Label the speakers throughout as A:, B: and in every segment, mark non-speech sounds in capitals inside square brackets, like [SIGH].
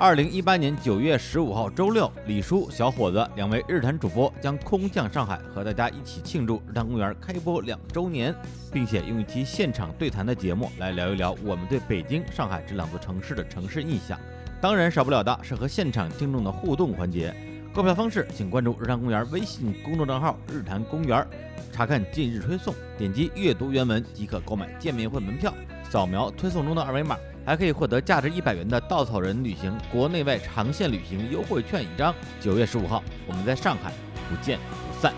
A: 二零一八年九月十五号周六，李叔、小伙子两位日坛主播将空降上海，和大家一起庆祝日坛公园开播两周年，并且用一期现场对谈的节目来聊一聊我们对北京、上海这两座城市的城市印象。当然，少不了的是和现场听众的互动环节。购票方式，请关注日坛公园微信公众账号“日坛公园”，查看近日推送，点击阅读原文即可购买见面会门票。扫描推送中的二维码，还可以获得价值一百元的稻草人旅行国内外长线旅行优惠券一张。九月十五号，我们在上海不见不散。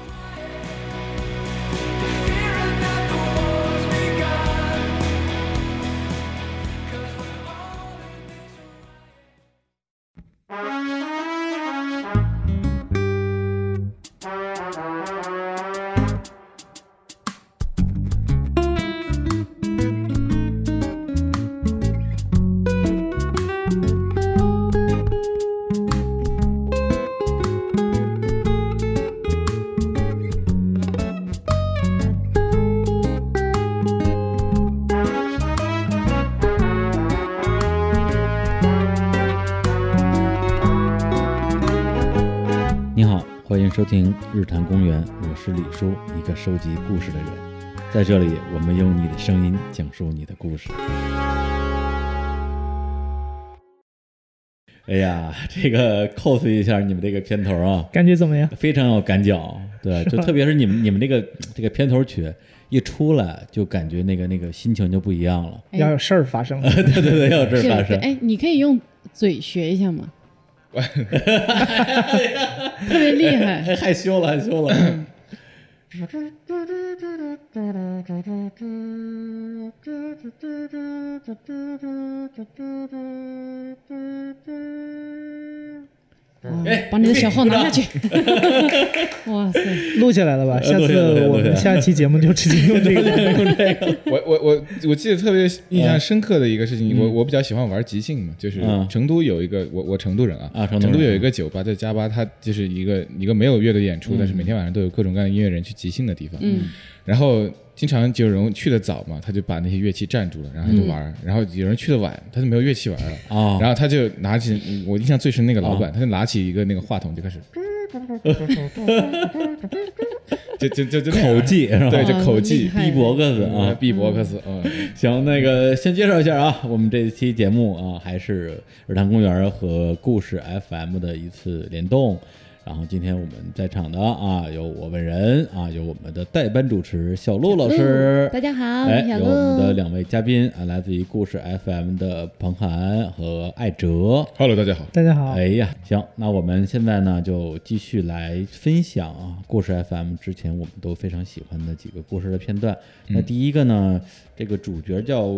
A: 你好，欢迎收听《日坛公园》，我是李叔，一个收集故事的人。在这里，我们用你的声音讲述你的故事。哎呀， [LAUGHS] 这个 cos 一下你们这个片头啊，
B: 感觉怎么样？
A: 非常有感脚，对，就特别是你们你们那个这个片头曲一出来，就感觉那个那个心情就不一样了。 [LAUGHS]
C: 哎
B: 要有事儿发生，
A: 对对对，要有这
C: 这
A: 发
C: 个
A: 生，
C: 哎，你可以用嘴学一下
A: [LAUGHS]
C: 吗？特别厉害，
A: 哎害羞了，害羞了。
C: 哇
A: 哎
C: 把你的小号拿
A: [LAUGHS]
D: [LAUGHS]
C: 下去。哇塞，
B: 录下来了吧？
A: 呃
B: 下
A: 录下来
B: 次
A: 了录
B: 我
A: 下来
B: 们下期节目就直接用这
A: [LAUGHS]
B: 个。
E: 我我我我记得特别印象深刻的一个事情，我我比较喜欢玩即兴嘛，就是
A: 嗯
E: 成都有一个我我成都人啊
A: 啊成都人
E: 成都有一个酒吧在加巴，它就是一个一个没有乐队演出，但
A: 嗯
E: 是每天晚上都有各种各样的音乐人去即兴的地方。
C: 嗯，
E: 然后经常就有人去的早嘛，他就把那些乐器占住了，然后他就
C: 嗯
E: 玩儿；然后有人去的晚，他就没有乐器玩了。
A: 哦
E: 然后他就拿起，我印象最深那个
A: 啊
E: 老板，他就拿起一个那个话筒就
C: [LAUGHS]
E: 开始，就就就就那样
A: 口技是吧？
E: 对，就
C: 哇
E: 口
C: 啊厉
E: 技
C: 害
A: [LAUGHS] 逼脖子啊，
E: ，B 博克斯，嗯，
A: 行，那个先介绍一下啊，我们这一期节目啊，还是日坛公园和故事 FM 的一次联动。然后今天我们在场的啊，有我本人啊，有我们的代班主持小鹿老师，
F: 大家好，
A: 哎，
F: 我是小
A: 有我们的
F: 鹿。
A: 两位嘉宾啊，来自于故事 FM 的彭涵和艾哲。
E: [LAUGHS] Hello，大家好。
B: 大家好，
A: 哎呀，行，那我们现在呢就继续来分享啊，故事 FM 之前我们都非常喜欢的几个故事的片段。
E: 嗯
A: 那第一个呢，这个主角叫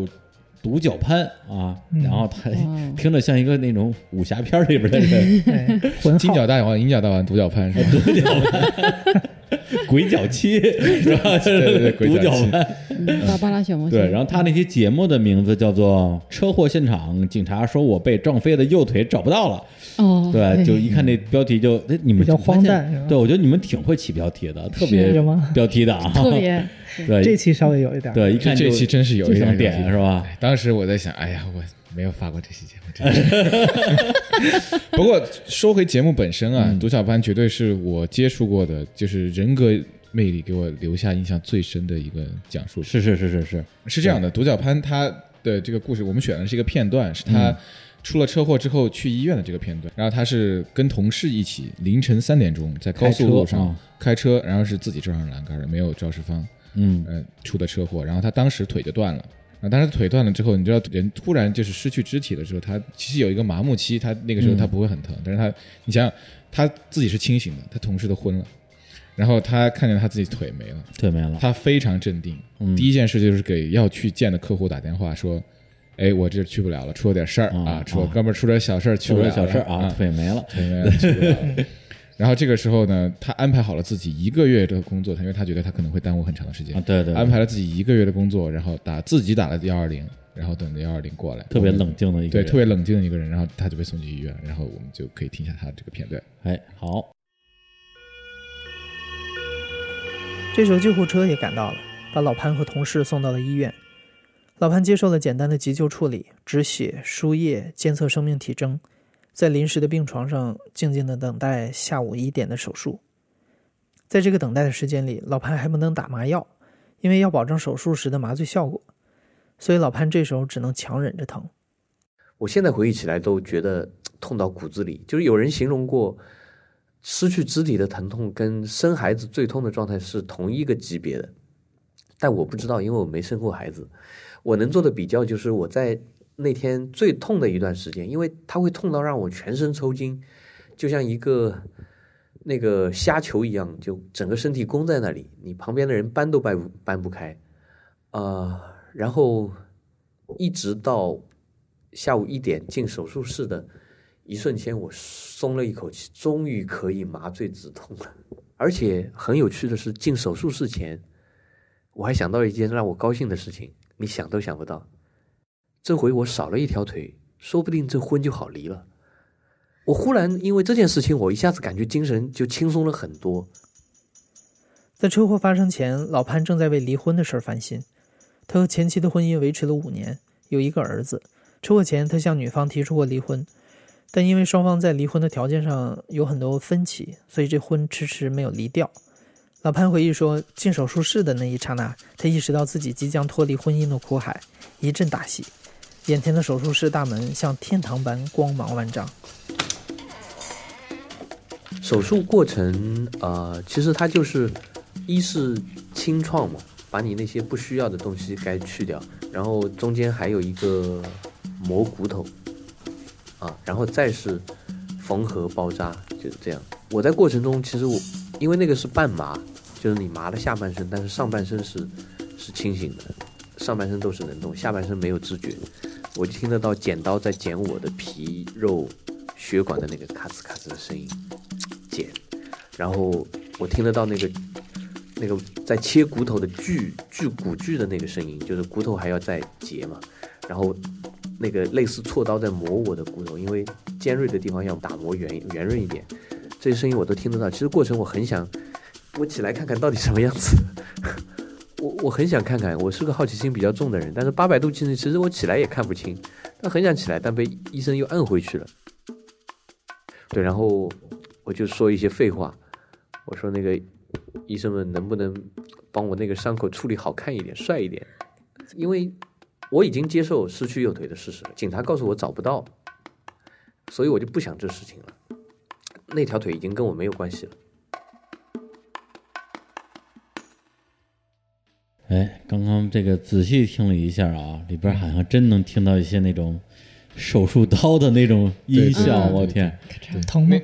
A: 独角潘啊，
E: 嗯
A: 然后他、
C: 哦
A: 听着像一个那种武侠片里边的人，
B: 哎浑
E: 金
B: 号
E: 角大王、银角大王、独角潘
A: 哎
E: 是吧？
A: [LAUGHS] 鬼脚七是吧？
E: 对对鬼
A: 独
E: 脚
A: 角
E: 七
A: 潘。
C: 嗯芭芭拉小魔仙。
A: 对，然后他那期节目的名字叫做《车祸现场》，警察说我被撞飞的右腿找不到了。
C: 哦，
A: 对，就一看这标题就，哎，你们
B: 哎比较
A: 就发
B: 荒
A: 现
B: 诞是吧
A: 对，我觉得你们挺会起标题的，特别
B: 是吗
A: 标题党，啊
C: 特
A: [LAUGHS]
C: 别
A: 对，
B: 这期稍微有一点，，
A: 对，一看
E: 这
A: 就
E: 期真是有
A: 就
E: 一
A: 想
E: 点
A: 点是吧？
E: 哎当时我在想，哎呀，我没有发过这期节目。真是 [LAUGHS] 不过说回节目本身
A: 嗯
E: 啊，独角潘绝对是我接触过的，就是人格魅力给我留下印象最深的一个讲述者。
A: 是是是是是，
E: 是这样的，独角潘他的这个故事，我们选的是一个片段，是他出了车祸之后去医院的这个片段。然后他是跟同事一起凌晨三点钟在高速路上开车，然后是自己撞上栏杆的，没有肇事方，
A: 嗯，
E: 嗯、出的车祸。然后他当时腿就断了。然后当时腿断了之后，你知道人突然就是失去肢体的时候，他其实有一个麻木期，他那个时候他不会很疼，但是他你想想他自己是清醒的，他同事都昏了，然后他看见他自己腿没了。
A: 对，没了，
E: 他非常镇定。
A: 嗯
E: 第一件事就是给要去见的客户打电话说：“哎，我这去不了了，出了点事儿
A: 啊
E: 啊，
A: 啊
E: 出了哥们儿出点小事儿，去
A: 出
E: 不了
A: 了
E: 了
A: 小事儿啊，，腿没了，
E: 对没有 [LAUGHS] 去不了
A: [LAUGHS]
E: 了。”然后这个时候呢，他安排好了自己一个月的工作，因为他觉得他可能会耽误很长的时间
A: 啊，，对对，
E: 嗯安排了自己一个月的工作，然后打自己打了幺二零，然后等着幺二零过来，
A: 特别
E: 我们。
A: 冷静的一个
E: 对，
A: 人，
E: 特别冷静的一个人，然后他就被送去医院，然后我们就可以听一下他的这个片段。
A: 哎，好，
G: 这时候救护车也赶到了，把老潘和同事送到了医院。老潘接受了简单的急救处理，止血、输液、监测生命体征。在临时的病床上静静的等待下午一点的手术。在这个等待的时间里，老潘还不能打麻药，因为要保证手术时的麻醉效果，所以老潘这时候只能强忍着疼。
H: 我现在回忆起来都觉得痛到骨子里。就是有人形容过，失去肢体的疼痛跟生孩子最痛的状态是同一个级别的，但我不知道，因为我没生过孩子。我能做的比较就是我在那天最痛的一段时间，因为它会痛到让我全身抽筋，就像一个那个虾球一样，就整个身体弓在那里，你旁边的人搬都搬不搬不开，啊、然后一直到下午一点进手术室的一瞬间，我松了一口气，终于可以麻醉止痛了。而且很有趣的是，进手术室前，我还想到一件让我高兴的事情，你想都想不到。这回我少了一条腿，说不定这婚就好离了。我忽然因为这件事情，我一下子感觉精神就轻松了很多。
G: 在车祸发生前，老潘正在为离婚的事儿烦心。他和前妻的婚姻维持了五年，有一个儿子。车祸前，他向女方提出过离婚，但因为双方在离婚的条件上有很多分歧，所以这婚迟迟没有离掉。老潘回忆说，进手术室的那一刹那，他意识到自己即将脱离婚姻的苦海，一阵大喜。眼前的手术室大门像天堂般光芒万丈。
H: 手术过程，呃，其实它就是一是清创嘛，把你那些不需要的东西该去掉，然后中间还有一个磨骨头，啊，然后再是缝合包扎，就是这样。我在过程中其实我因为那个是半麻，就是你麻了下半身，但是上半身是是清醒的，上半身都是能动，下半身没有知觉。我就听得到剪刀在剪我的皮肉血管的那个咔哧咔哧的声音。剪，然后我听得到那个那个在切骨头的锯锯骨锯的那个声音，就是骨头还要再截嘛，然后那个类似锉刀在磨我的骨头，因为尖锐的地方要打磨圆圆润一点，这些声音我都听得到。其实过程我很想我起来看看到底什么样子。我我很想看看，我是个好奇心比较重的人，但是八百度近视，其实我起来也看不清，但很想起来，但被医生又按回去了。对，然后我就说一些废话，我说那个医生们能不能帮我那个伤口处理好看一点、帅一点，因为我已经接受失去右腿的事实了。警察告诉我找不到，所以我就不想这事情了。那条腿已经跟我没有关系了。
A: 哎，刚刚这个仔细听了一下啊，里边好像真能听到一些那种手术刀的那种音
E: 对
A: 效，
E: 对
A: 我
E: 对
A: 天，
B: 疼吗？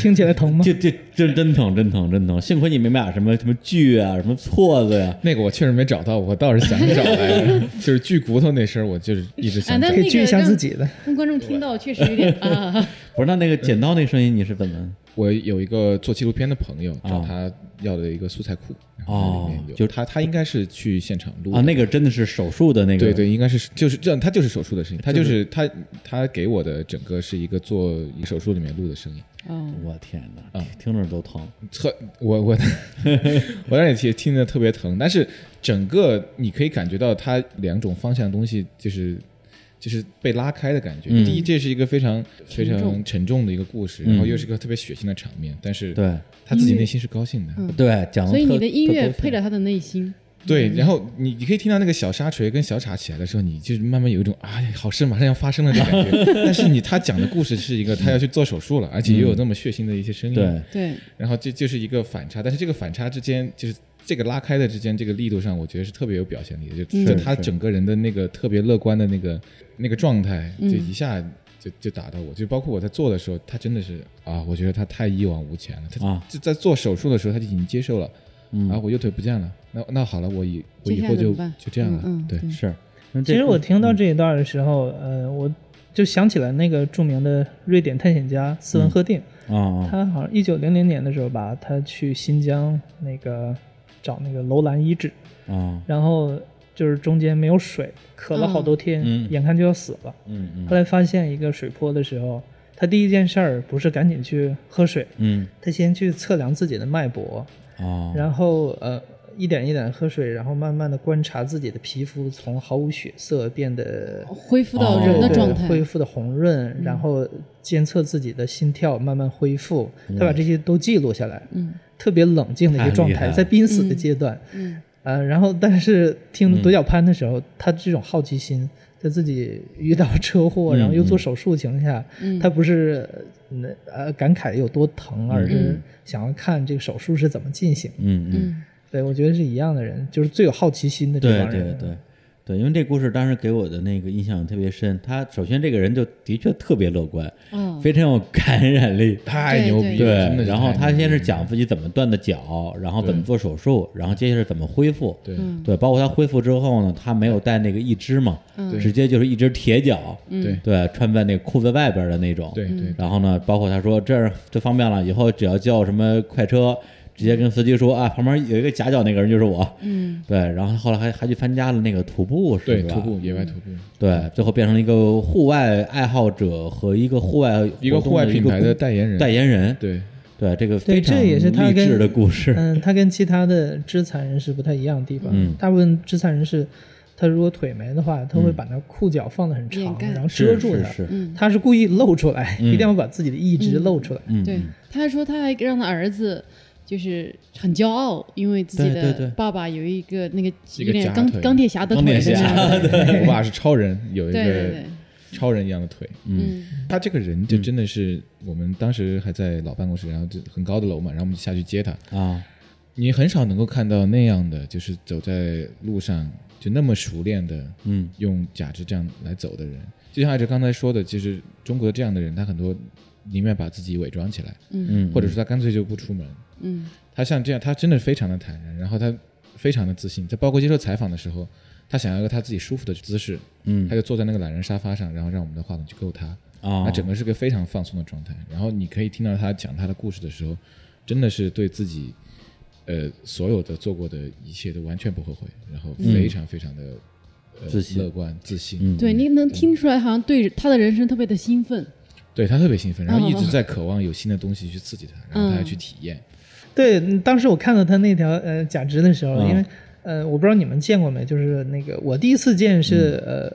B: 听起来疼
A: [LAUGHS]
B: 吗？
A: 这这这真疼，真疼，真疼！幸亏你没买什么什么锯啊，什么锉子呀、
E: 那个我确实没找到，我倒是想找来着， [LAUGHS] 就是锯骨头那事儿，我就是一直想
D: 啊
E: 找。
D: 但
B: 可以锯一下自己的，
D: 跟观众听到确实有点
A: [LAUGHS]
D: 啊，
A: 不是，那那个剪刀那声音你是怎么？
E: 我有一个做纪录片的朋友，找
A: 啊
E: 他要的一个素材库，然
A: 哦
E: 后里面有
A: 就
E: 他他应该是去现场录
A: 啊，那
E: 个。
A: 个真的是手术的那个，
E: 对对，应该是就是这样，他就是手术的声音，他就是他他给我的整个是一个做一个手术里面录的声音，
D: 嗯，
A: 我天哪，
B: 啊
A: 听着都疼。
E: 特我我 [LAUGHS] 我让你听听着特别疼，但是整个你可以感觉到它两种方向的东西就是就是被拉开的感觉。
A: 嗯
E: 第一，这是一个非常非常沉重的一个故事，然后
A: 嗯
E: 又是个特别血腥的场面，但是
A: 对
E: 他自己内心是高兴的。
D: 嗯
A: 对，讲得
D: 所以
A: 特
D: 你的音乐配。
A: 特
D: 着他的内心，
E: 对，然后你你可以听到那个小沙锤跟小叉起来的时候，你就是慢慢有一种哎呀，好事马上要发生了的感觉。但是你他讲的故事是一个他要去做手术了，而且又有那么血腥的一些声音。
A: 多对，
D: 对，
E: 然后这就是一个反差，但是这个反差之间，就是这个拉开的之间，这个力度上，我觉得是特别有表现力的，就、
D: 嗯
E: 就他整个人的那个特别乐观的那个那个状态，就
D: 嗯
E: 一下就就打到我，就包括我在做的时候，他真的是啊，我觉得他太一往无前了，他
A: 啊
E: 就在做手术的时候他就已经接受了，
A: 嗯
E: 啊，我右腿不见了，那那好了，我以我
D: 接
E: 以
D: 下来
E: 后
D: 怎
E: 就
D: 么办
E: 就这样了，
D: 嗯嗯
E: 对
D: 对
A: 是。那这嗯
B: 其实我听到这一段的时候，呃，我就想起了那个著名的瑞典探险家斯文赫定，
A: 啊啊
B: 他好像一九零零年的时候吧，他去新疆那个找那个楼兰遗址，
A: 啊，
B: 然后就是中间没有水，渴了好多天，
A: 嗯
B: 眼看就要死了。
A: 嗯嗯
B: 后来发现一个水坡的时候，他第一件事儿不是赶紧去喝水，
A: 嗯
B: 他先去测量自己的脉搏，
A: 啊，
B: 然后呃，一点一点地喝水，然后慢慢的观察自己的皮肤从毫无血色变得
A: 哦
D: 恢复到人的
B: 对
D: 状态，嗯
B: 恢复的红润，然后监测自己的心跳慢慢恢复，
A: 嗯
B: 他把这些都记录下来，
D: 嗯
B: 特别冷静的一
A: 太
B: 个状
A: 厉害
B: 态，
A: 了
B: 在濒死的阶段，
D: 嗯
B: 呃，然后但是
A: 嗯
B: 听独角攀的时候，他这种好奇心，在自己遇到车祸，然后又
A: 嗯
B: 做手术情况下，
D: 嗯
B: 他不是呃呃感慨有多疼，而是想要看这个手术是怎么进行。
A: 嗯嗯，
D: 嗯
B: 对，我觉得是一样的人，就是最有好奇心的这
A: 对
B: 帮人。嗯
A: 对对对，因为这故事当时给我的那个印象特别深。他首先这个人就的确特别乐观，
D: 啊，
A: 嗯非常有感染力。
E: 太牛逼
D: 对
E: 了，真
A: 对，
E: 的是
A: 然后
E: 太
A: 他
E: 牛逼
A: 先
E: 了
A: 是讲自己怎么断的脚，然后怎么
E: 对
A: 做手术，然后接下来怎么恢复。
E: 对
D: 嗯
A: 对，包括他恢复之后呢，他没有带那个义肢嘛，
D: 嗯
A: 直接就是一只铁脚，
E: 对
A: 对，穿在那个裤子外边的那种。
E: 嗯对对
A: 然后呢，包括他说这儿这方便了，以后只要叫什么快车，直接跟司机说啊，旁边有一个夹脚那个人就是我。
D: 嗯
A: 对，然后他后来还还去参加了那个徒步，是
E: 对
A: 吧？
E: 徒步，野外徒步，
A: 对，最后变成了一个户外爱好者和一个户外
E: 一个
A: 活动
E: 户外
A: 的
E: 品牌的
A: 公
E: 代言人，
A: 代言人。
E: 对
A: 对，这个
B: 对
A: 非常
B: 这也是他
A: 励
B: 跟
A: 志的故事。
B: 嗯，他跟其他的肢残人士不太一样的地方，
A: 嗯
B: 大部分肢残人士，他如果腿没的话，他会把那裤脚放得很
D: 掩
B: 长，
D: 盖
B: 然后
A: 是
B: 遮住它。
A: 是是
D: 嗯，
B: 他是故意露出来，
A: 嗯
B: 一定要把自己的意志露出来。
A: 嗯，
D: 对
A: 嗯，
D: 他还说他还让他儿子。就是很骄傲，因为自己
A: 对对对
D: 的爸爸有一个那个
E: 一
D: 有
E: 个
D: 点
E: 夹
D: 钢
E: 腿
D: 钢铁侠的
A: 钢铁
D: 腿的
A: 侠
D: 那
E: [LAUGHS]
D: 种，
E: 我爸是超人，有一
D: 对对
E: 个
D: 对，
E: 超人一样的腿。
D: 嗯
E: 他这个人就真的是，我们当时还在老办公室，然后就很高的楼嘛，然后我们就下去接他。
A: 啊，
E: 你很少能够看到那样的，就是走在路上就那么熟练的
A: 嗯
E: 用假肢这样来走的人。就像艾哲刚才说的，其实中国这样的人，他很多宁愿把自己伪装起来，
D: 嗯
A: 嗯，
E: 或者说他干脆就不出门。
D: 嗯
E: 他像这样，他真的非常的坦然，然后他非常的自信。他包括接受采访的时候，他想要一个他自己舒服的姿势，
A: 嗯
E: 他就坐在那个懒人沙发上，然后让我们的话筒去够他。
A: 啊，
E: 他整个是个非常放松的状态。然后你可以听到他讲他的故事的时候，真的是对自己，呃，所有的做过的一切都完全不后悔，然后非常非常的、呃、
A: 自信
E: 乐观、自信。
A: 嗯
D: 对，你能听出来，好像对他的人生特别的兴奋。
E: 对他特别兴奋，然后一直
D: 哦
E: 在渴望有新的东西去刺激他，然后他还去体验。
B: 对，嗯当时我看到他那条呃假肢的时候，
A: 嗯
B: 因为呃我不知道你们见过没，就是那个我第一次见是、呃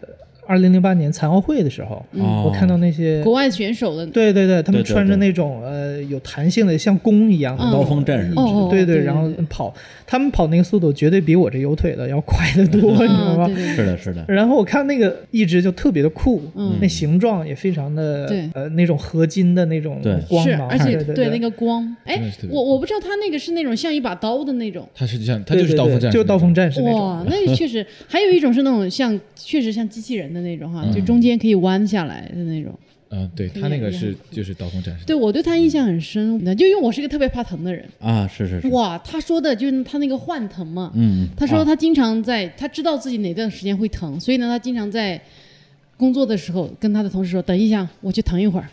B: 二零零八年残奥会的时候，
A: 哦
B: 我看到那些
D: 国外选手的，
B: 对对对，他
A: 对对
B: 们穿着
A: 对
B: 那种呃有弹性的像弓一样的
D: 嗯
A: 刀锋战士
B: 那种
D: 哦哦
B: 对
D: 对对
B: 然后
D: 对
B: 跑，他们跑那个速度绝对比我这有腿的要快得多，你知道
D: 嗯，
B: 吗
D: 对？对
A: 是
D: 对，
A: 的，是的，
B: 然后我看那个一只就特别的酷，
D: 嗯
B: 那形状也非常的
D: 对
B: 呃那种合金的那种
A: 对
B: 光
D: 是，
B: 芒，
D: 而且
B: 对对
D: 那个光，
E: 真的
D: 哎
E: 是特，别
D: 我我不知道他那个是那种像一把刀的那种，
E: 他实际上他
B: 对
E: 就是
B: 对
E: 刀锋
B: 对
E: 战士那种，
B: 就刀锋战士那种。
D: 哇，那个确实，还有一种是那种像，确实像机器人的那种哈，就中间可以弯下来的那种。
E: 嗯，对
D: 啊
E: 他那个是就是刀锋战士。
D: 对我对他印象很深，就因为我是一个特别怕疼的人。
A: 啊，是是是，
D: 哇，他说的就是他那个幻疼嘛，
A: 嗯，
D: 他说他经常在，他知道自己哪段时间会疼，所以呢，他经常在工作的时候跟他的同事说：“等一下，我去疼一
A: [LAUGHS]
D: 会儿。”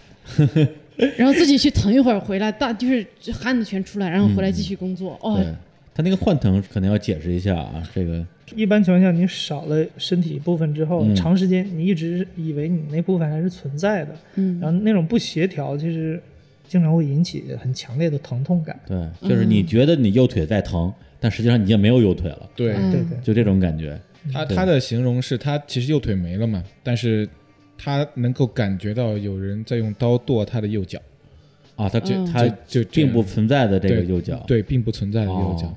D: 然后自己去疼一会儿，回来大就是汗都全出来，然后回来继续工作。
A: 啊对
D: 哦，
A: 他那个幻腾可能要解释一下啊，这个
B: 一般情况下，你少了身体一部分之后，
A: 嗯
B: 长时间你一直以为你那部分还是存在的，
D: 嗯
B: 然后那种不协调，其实经常会引起很强烈的疼痛感。
A: 对，就是你
D: 嗯
A: 觉得你右腿在疼，但实际上你也没有右腿了，
E: 对，
D: 嗯
B: 对对，
A: 就这种感觉。
E: 他
A: 对
E: 他的形容是他其实右腿没了嘛，但是他能够感觉到有人在用刀剁他的右脚，
A: 啊，他这
D: 嗯
A: 他
E: 就这样
A: 并不存在的这个
E: 对
A: 右脚，
E: 对，并不存在的右脚
A: 哦，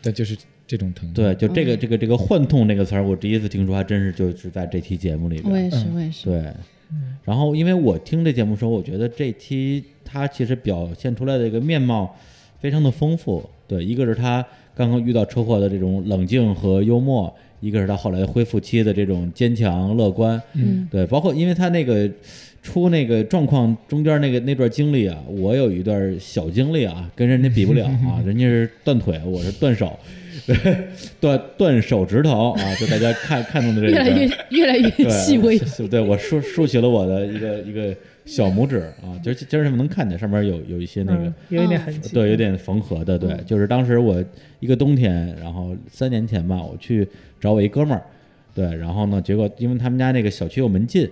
E: 但就是这种疼。
A: 对，就这个
D: 嗯
A: 这个这个幻痛这个词儿，我第一次听说，还真是就是在这期节目里
D: 我
A: 边。
D: 也是，我也是。
A: 对，
D: 嗯
A: 然后因为我听这节目的时候，我觉得这期他其实表现出来的一个面貌非常的丰富。对，一个是他刚刚遇到车祸的这种冷静和幽默，一个是他后来恢复期的这种坚强乐观。
D: 嗯
A: 对，包括因为他那个出那个状况中间那个那段经历啊，我有一段小经历啊，跟人家比不了
D: [LAUGHS]
A: 啊，人家是断腿，我是断手， [LAUGHS] 断断手指头啊，就大家看看中的这个
D: 越来越越来越
A: 对
D: [LAUGHS] 细微
A: 是，是对我竖竖起了我的一个一个小拇指啊，就是今儿上面能看见上面有有一些那个。哦
B: 嗯，有一点
D: 嗯
B: 痕迹。
A: 对，有点缝合的，对，就是当时我一个冬天，然后三年前吧，我去找我一哥们儿，对，然后呢，结果因为他们家那个小区有门禁，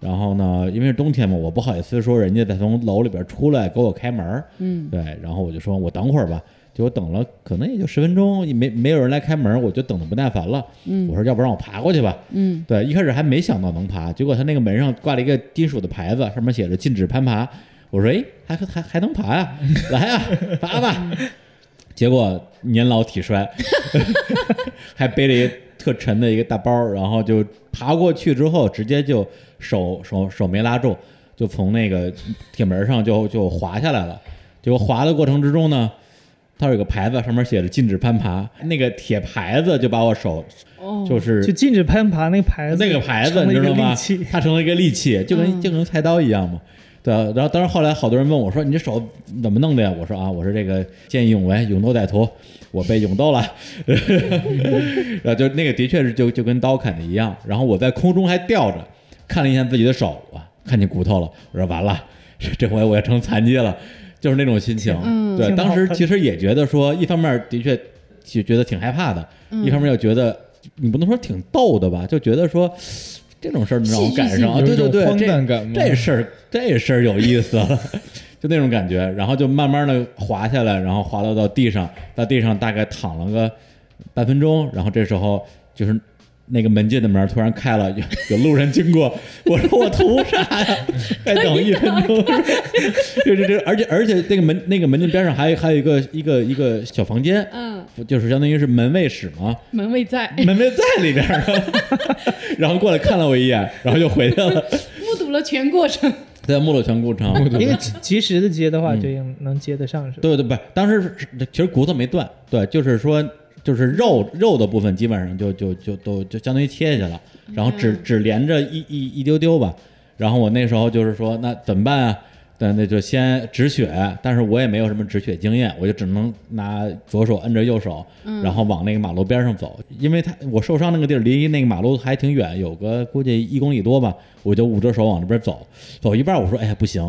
A: 然后呢，因为是冬天嘛，我不好意思说人家再从楼里边出来给我开门儿，
D: 嗯
A: 对，然后我就说我等会儿吧，结果等了可能也就十分钟，也没没有人来开门，我就等的不耐烦了。我
D: 嗯
A: 说要不让我爬过去吧。
D: 嗯
A: 对，一开始还没想到能爬，结果他那个门上挂了一个金属的牌子，上面写着禁止攀爬。我说，哎，还还还能爬呀、来呀、爬
D: [LAUGHS]
A: 吧。结果年老体衰，还背了一个特沉的一个大包，然后就爬过去之后，直接就手手手没拉住，就从那个铁门上就就滑下来了。结果滑的过程之中呢，它有一个牌子，上面写着禁止攀爬，那个铁牌子就把我手
D: 哦，
A: 就是
B: 就禁止攀爬那个牌子，
A: 那个牌子，
B: 成
A: 你
B: 了一
A: 知
B: 个
A: 道吗
B: 利器？
A: 它成了一个利器，就跟
D: 嗯
A: 就跟菜刀一样嘛。对啊，然后当然后来好多人问我说：“你这手怎么弄的呀？”我说：“啊，我是这个见义勇为，勇斗歹徒，我被勇斗了。”然后就那个的确是就就跟刀砍的一样。然后我在空中还吊着，看了一下自己的手，哇，看见骨头了，我说完了， [LAUGHS] 这这回我要成残疾了，就是那种心情。
D: 嗯
A: 对，
B: 挺
A: 当
B: 好
A: 时
B: 看
A: 其实也觉得说，一方面的确就觉得挺害怕的，
D: 嗯
A: 一方面又觉得你不能说挺逗的吧，就觉得说这种事儿能让我
D: 戏剧
A: 赶
D: 性
A: 上啊，
E: 有
A: 对对
E: 一种
A: 对，
E: 荒
A: 这
E: 诞感吗？
A: 这事儿这事儿有意思了，就那种感觉。然后就慢慢的滑下来，然后滑落到地上，到地上大概躺了个半分钟，然后这时候就是。那个门禁的门突然开了，有有路人经过，我说我图啥呀？再等一分钟， [LAUGHS] 就是这，而且而且那个门那个门禁边上还有还有一个一个一个小房间，
D: 嗯，
A: 就是相当于是门卫室嘛，
D: 门卫在， [LAUGHS]
A: 门卫在里边儿呢， [LAUGHS] 然后过来看了我一眼，然后就回去了，
D: 目睹了全过程。
A: 在目录全过程。
B: [LAUGHS] 因为
A: [LAUGHS]
B: 及及时的接的
A: 嗯
B: 话，就应能接得上是吧？
A: 对对，不是，当时是其实骨头没断，对，就是说就是肉肉的部分基本上就就就都就相当于切下去了，然后只只连着一一一丢丢吧。然后我那时候就是说，那怎么办啊？那那就先止血，但是我也没有什么止血经验，我就只能拿左手摁着右手，然后往那个马路边上走，因为他我受伤那个地儿离那个马路还挺远，有个估计一公里多吧，我就捂着手往那边走，走一半儿我说，哎呀不行，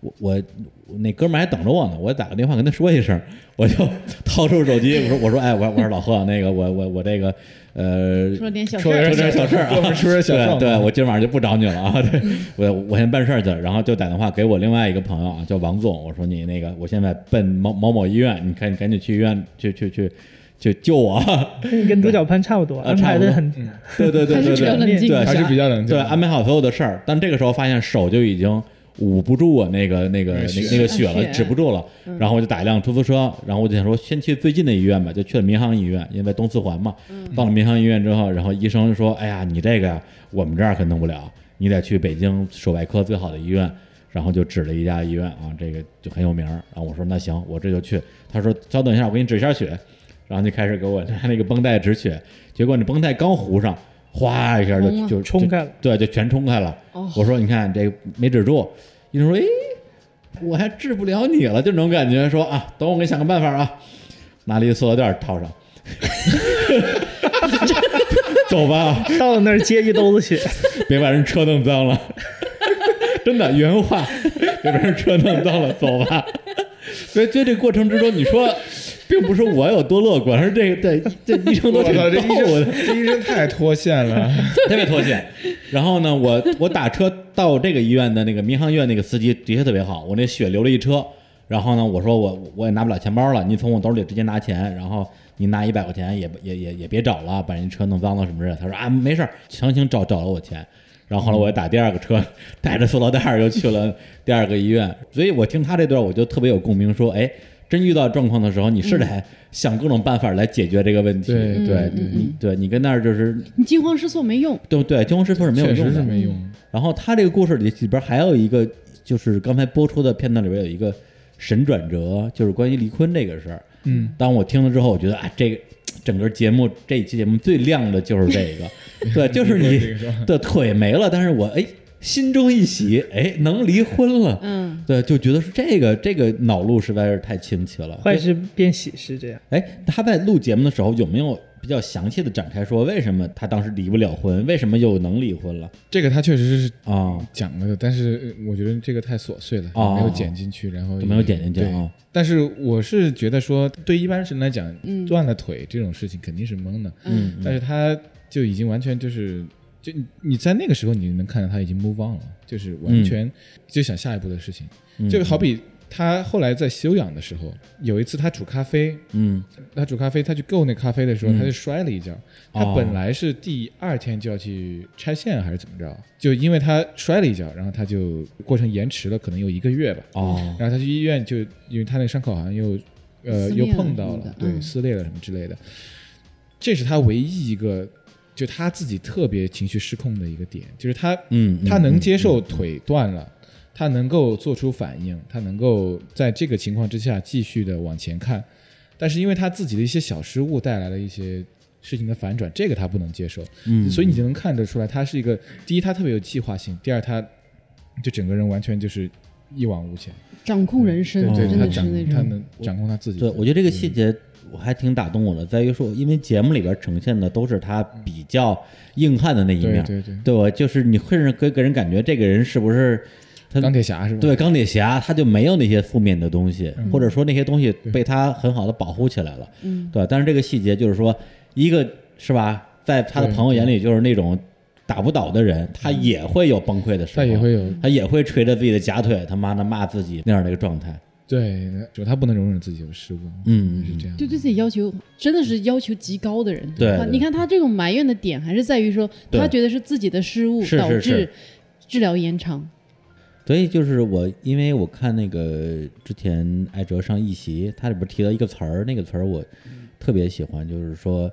A: 我我我那哥们儿还等着我呢，我打个电话跟他说一声，我就掏出手机，我说我说哎，我我说老贺，那个我我我这个呃，
D: 说点小
A: 出
D: 事儿
A: 点小事儿
E: 哥们
A: 啊，
E: 儿出点小状况
A: 对，对我今晚上就不找你了啊，对我我先办事儿去了，然后就打电话给我另外一个朋友啊，叫王总，我说你那个我现在奔某某某医院，你看你赶紧去医院去去去去救我， [LAUGHS]
B: 那跟独角攀差不多，
A: 啊
B: 安排的
A: [LAUGHS]
B: 很
A: 对对对
D: 还
A: 对
D: 是比较
A: 对，
D: 冷静
A: 对
D: 一
E: 还是比较冷静
A: 对，啊
E: 的。
A: 安排好所有的事儿，但这个时候发现手就已经捂不住我那个那个
E: 那
A: 那
E: 个血
A: 那个血了，
D: 血
A: 止不住了。然后我就打一辆出租车，然后我就想说先去最近的医院吧，就去了民航医院，因为在东四环嘛。到了民航医院之后，然后医生就说：“哎呀，你这个呀，我们这儿可弄不了，你得去北京手外科最好的医院。”然后就指了一家医院啊，这个就很有名儿。然后我说：“那行，我这就去。”他说：“稍等一下，我给你止一下血。”然后就开始给我 [LAUGHS] 拿那个绷带止血，结果那绷带刚糊上，哗一下就
D: 红了
A: 就就
B: 冲开了
A: 对，就全冲开了。
D: 哦
A: 我说你看这没止住，医生说，哎，我还治不了你了，就那种感觉，说啊，等我给你想个办法啊，拿了一塑料袋套上， [LAUGHS] 走吧，
B: 到了那儿接一兜子
A: [LAUGHS]
B: 血，
A: 别把人车弄脏了， [LAUGHS] 真的原话，别把人车弄脏了，走吧。所以，在这过程之中，你说，并不是我有多乐观，而是这这这医生都
E: 我
A: 挺
E: 操，这医
A: 逗的
E: 生，，这医生太脱线了。
A: [LAUGHS] 特别脱线。然后呢，我我打车到这个医院的那个民航医院那个司机的确特别好，我那血流了一车。然后呢，我说我我也拿不了钱包了，你从我兜里直接拿钱，然后你拿一百块钱也也也也别找了，把人车弄脏了什么的。他说啊，没事儿，强行找找了我钱。然后后来我又打第二个车， [LAUGHS] 带着塑料袋儿又去了 [LAUGHS] 第二个医院。所以我听他这段我就特别有共鸣，说哎，真遇到状况的时候，你是得想各种办法来解决这个问题。
E: 对
A: 对
D: 嗯嗯
A: 你对你跟那儿就是
D: 你惊慌失措没用，
A: 对对，惊慌失措是没有
E: 确
A: 用
E: 实是
A: 的。
E: 没用。
A: 然后他这个故事里里边还有一个，就是刚才播出的片段里边有一个神转折，就是关于离婚这个事儿。
E: 嗯，
A: 当我听了之后，我觉得啊，这个整个节目这一期节目最亮的就是这
E: [LAUGHS]
A: 个，对，就是
E: 这个
A: 你
E: 是吧
A: 的腿没了，但是我哎心中一喜，哎能离婚了，
D: 嗯，
A: 对，就觉得是这个这个脑路实在是太清奇了。
B: 坏事变喜事这样。
A: 哎，他在录节目的时候有没有比较详细的展开说为什么他当时离不了婚，为什么又能离婚了
E: 这个他确实是
A: 啊？
E: 讲了的，但是呃我觉得这个太琐碎了，
A: 哦
E: 没有剪进去，然后
A: 就没有剪进去
E: 对
A: 啊
E: 但是我是觉得说，对一般人来讲，
D: 嗯
E: 断了腿这种事情肯定是懵的，
D: 嗯
E: 但是他就已经完全就是。就你你在那个时候，你能看到他已经 move on 了，就是完全就想下一步的事情。
A: 嗯
E: 就好比他后来在休养的时候，有一次他煮咖啡，
A: 嗯，
E: 他煮咖啡，他去够那咖啡的时候，
A: 嗯
E: 他就摔了一跤。他
A: 哦
E: 本来是第二天就要去拆线还是怎么着，就因为他摔了一跤，然后他就过程延迟了，可能有一个月吧。
A: 哦，
E: 然后他去医院就，因为他那个伤口好像又，呃，
D: 撕裂
E: 又
D: 了
E: 碰到
D: 什么
E: 了
D: 的，
E: 对，
D: 嗯
E: 撕裂了什么之类的。这是他唯一一个，就他自己特别情绪失控的一个点，就是他，
A: 嗯，
E: 他
A: 嗯
E: 能
A: 嗯
E: 接受腿断了，他能够做出反应，他能够在这个情况之下继续的往前看，但是因为他自己的一些小失误带来了一些事情的反转，这个他不能接受，
A: 嗯，
E: 所以你就能看得出来，他是一个第一他特别有计划性，第二他就整个人完全就是一往无前，
D: 掌控人生，
B: 嗯
E: 对对，
D: 真
E: 他
D: 的是
E: 掌
D: 那
E: 他
D: 种。
E: 能掌控他自己的，嗯
A: 对，我觉得这个细节我还挺打动我的，在于说，因为节目里边呈现的都是他比较硬汉的那一
E: 对
A: 面，
E: 对对，
A: 对吧？就是你会让给给人感觉这个人是不是他
E: 钢铁侠是吧？
A: 对钢铁侠，他就没有那些负面的东西，或者说那些东西被他很好的保护起来了，
D: 嗯，
A: 对吧。但是这个细节就是说，一个是吧，在他的
E: 对
A: 朋友眼里就是那种打不倒的人，他也会有崩溃的时
E: 他
A: 候，
E: 也会有
A: 嗯
B: 嗯
A: 他也会捶着自己的假腿，他妈的骂自己那样的一个状态，
E: 对，就他不能容忍自己有失误，
A: 嗯
E: 是这样，
D: 就对自己要求真的是要求极高的人。
A: 对
D: 他
A: 对
D: 你看他这种埋怨的点还是在于说，
A: 对
D: 他觉得是自己的失误
A: 是是
D: 导致
A: 是
D: 治疗延长。
A: 所以就是我，因为我看那个之前艾哲上一席，他里边提到一个词儿，那个词儿我特别喜欢，就是说，